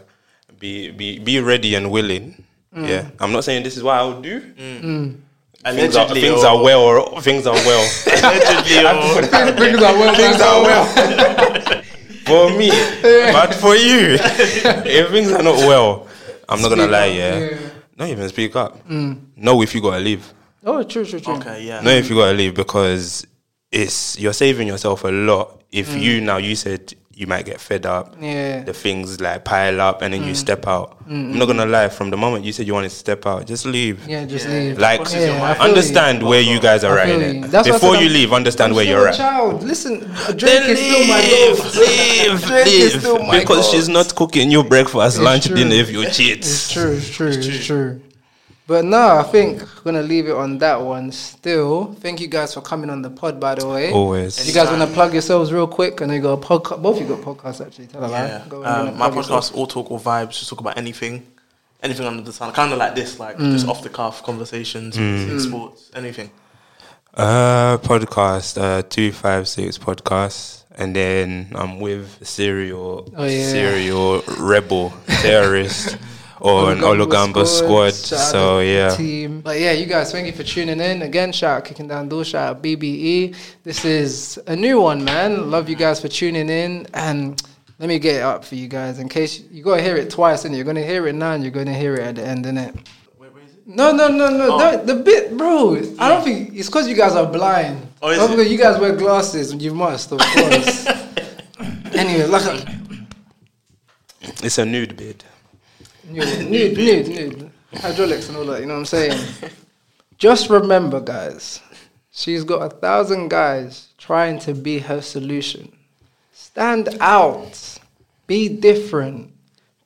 be be be ready and willing.
Mm.
Yeah, I'm not saying this is what I'll do. Things, are,
Allegedly,
things
or-
are well, or things are well. (laughs)
Allegedly, or-
Things are well,
things
man.
are well for me, but
(laughs)
for you, if things are not well, I'm not gonna
Speak
lie.
up,
Yeah,
yeah. Mm.
not even speak up. Know if you gotta leave.
Oh, true, true, true.
Okay, yeah.
Know if you gotta leave because it's you're saving yourself a lot. If you now you said you might get fed up,
Mm. Yeah. Mm.
the things like pile up and then you step out. I'm not gonna lie. From the moment you said you wanted to step out, just leave.
Yeah, just
Yeah.
leave.
Like,
Crosses your mind.
I feel you.
understand where you guys are
I
at.
feel you.
innit?
That's what I
Before
said,
you
I'm-
leave, understand
I'm
where
still
you're
a
at.
Child, listen, Drake is still my
Leave,
dog. (laughs)
leave,
Drake is
leave.
still my
because
God.
she's not cooking you breakfast, lunch,
true.
dinner if you cheat.
It's true, it's true, it's true. But no, I think we're gonna leave it on that one. Still, thank you guys for coming on the pod. By the way,
Always.
You guys want to plug yourselves real quick? And you got a podcast. Both you got podcasts actually. Tell a lie.
Yeah.
Go on,
Um, my
plug yourself.
podcast, All Talk All Vibes, just talk about anything, anything under the sun. Kind of like this, like
Mm.
just off the cuff conversations, music, sports, anything.
Uh, podcast, uh, 256 podcast. And then I'm with serial,
Oh, yeah.
serial
(laughs)
rebel terrorist on Olugamba squad.
shout out
So,
to the
yeah.
team. But yeah, you guys, thank you for tuning in again. Shout out kicking down doors. Shout out BBE. This is a new one, man. Love you guys for tuning in and. Let me get it up for you guys in case you gotta hear it twice, and you're gonna hear it now, and you're gonna hear it at the end, innit?
Where, where is it?
No, no, no, no.
Oh.
don't- The bit, bro. I don't think it's because you guys are blind.
Oh, is
Not
it?
because you guys wear glasses. You must, of
(laughs)
course. anyway, like a
It's a nude bid.
nude, nude, nude, nude. Hydraulics and all that. You know what I'm saying? Just remember, guys. She's got a thousand guys trying to be her solution. Stand out. Be different.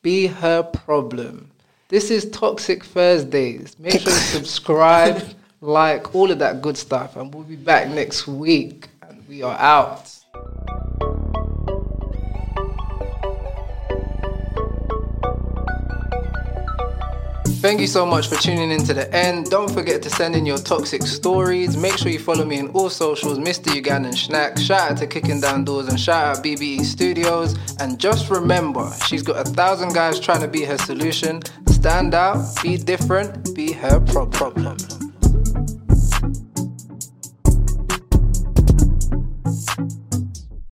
Be her problem. This is Toxic Thursdays. Make sure you subscribe, like, all of that good stuff. And we'll be back next week. And we are out. Thank you so much for tuning in to the end. Don't forget to send in your toxic stories. Make sure you follow me on all socials, Mr. Ugandan Schnack. Shout out to Kicking Down Doors and shout out BBE Studios. And just remember, she's got a thousand guys trying to be her solution. Stand out, be different, be her pro- problem.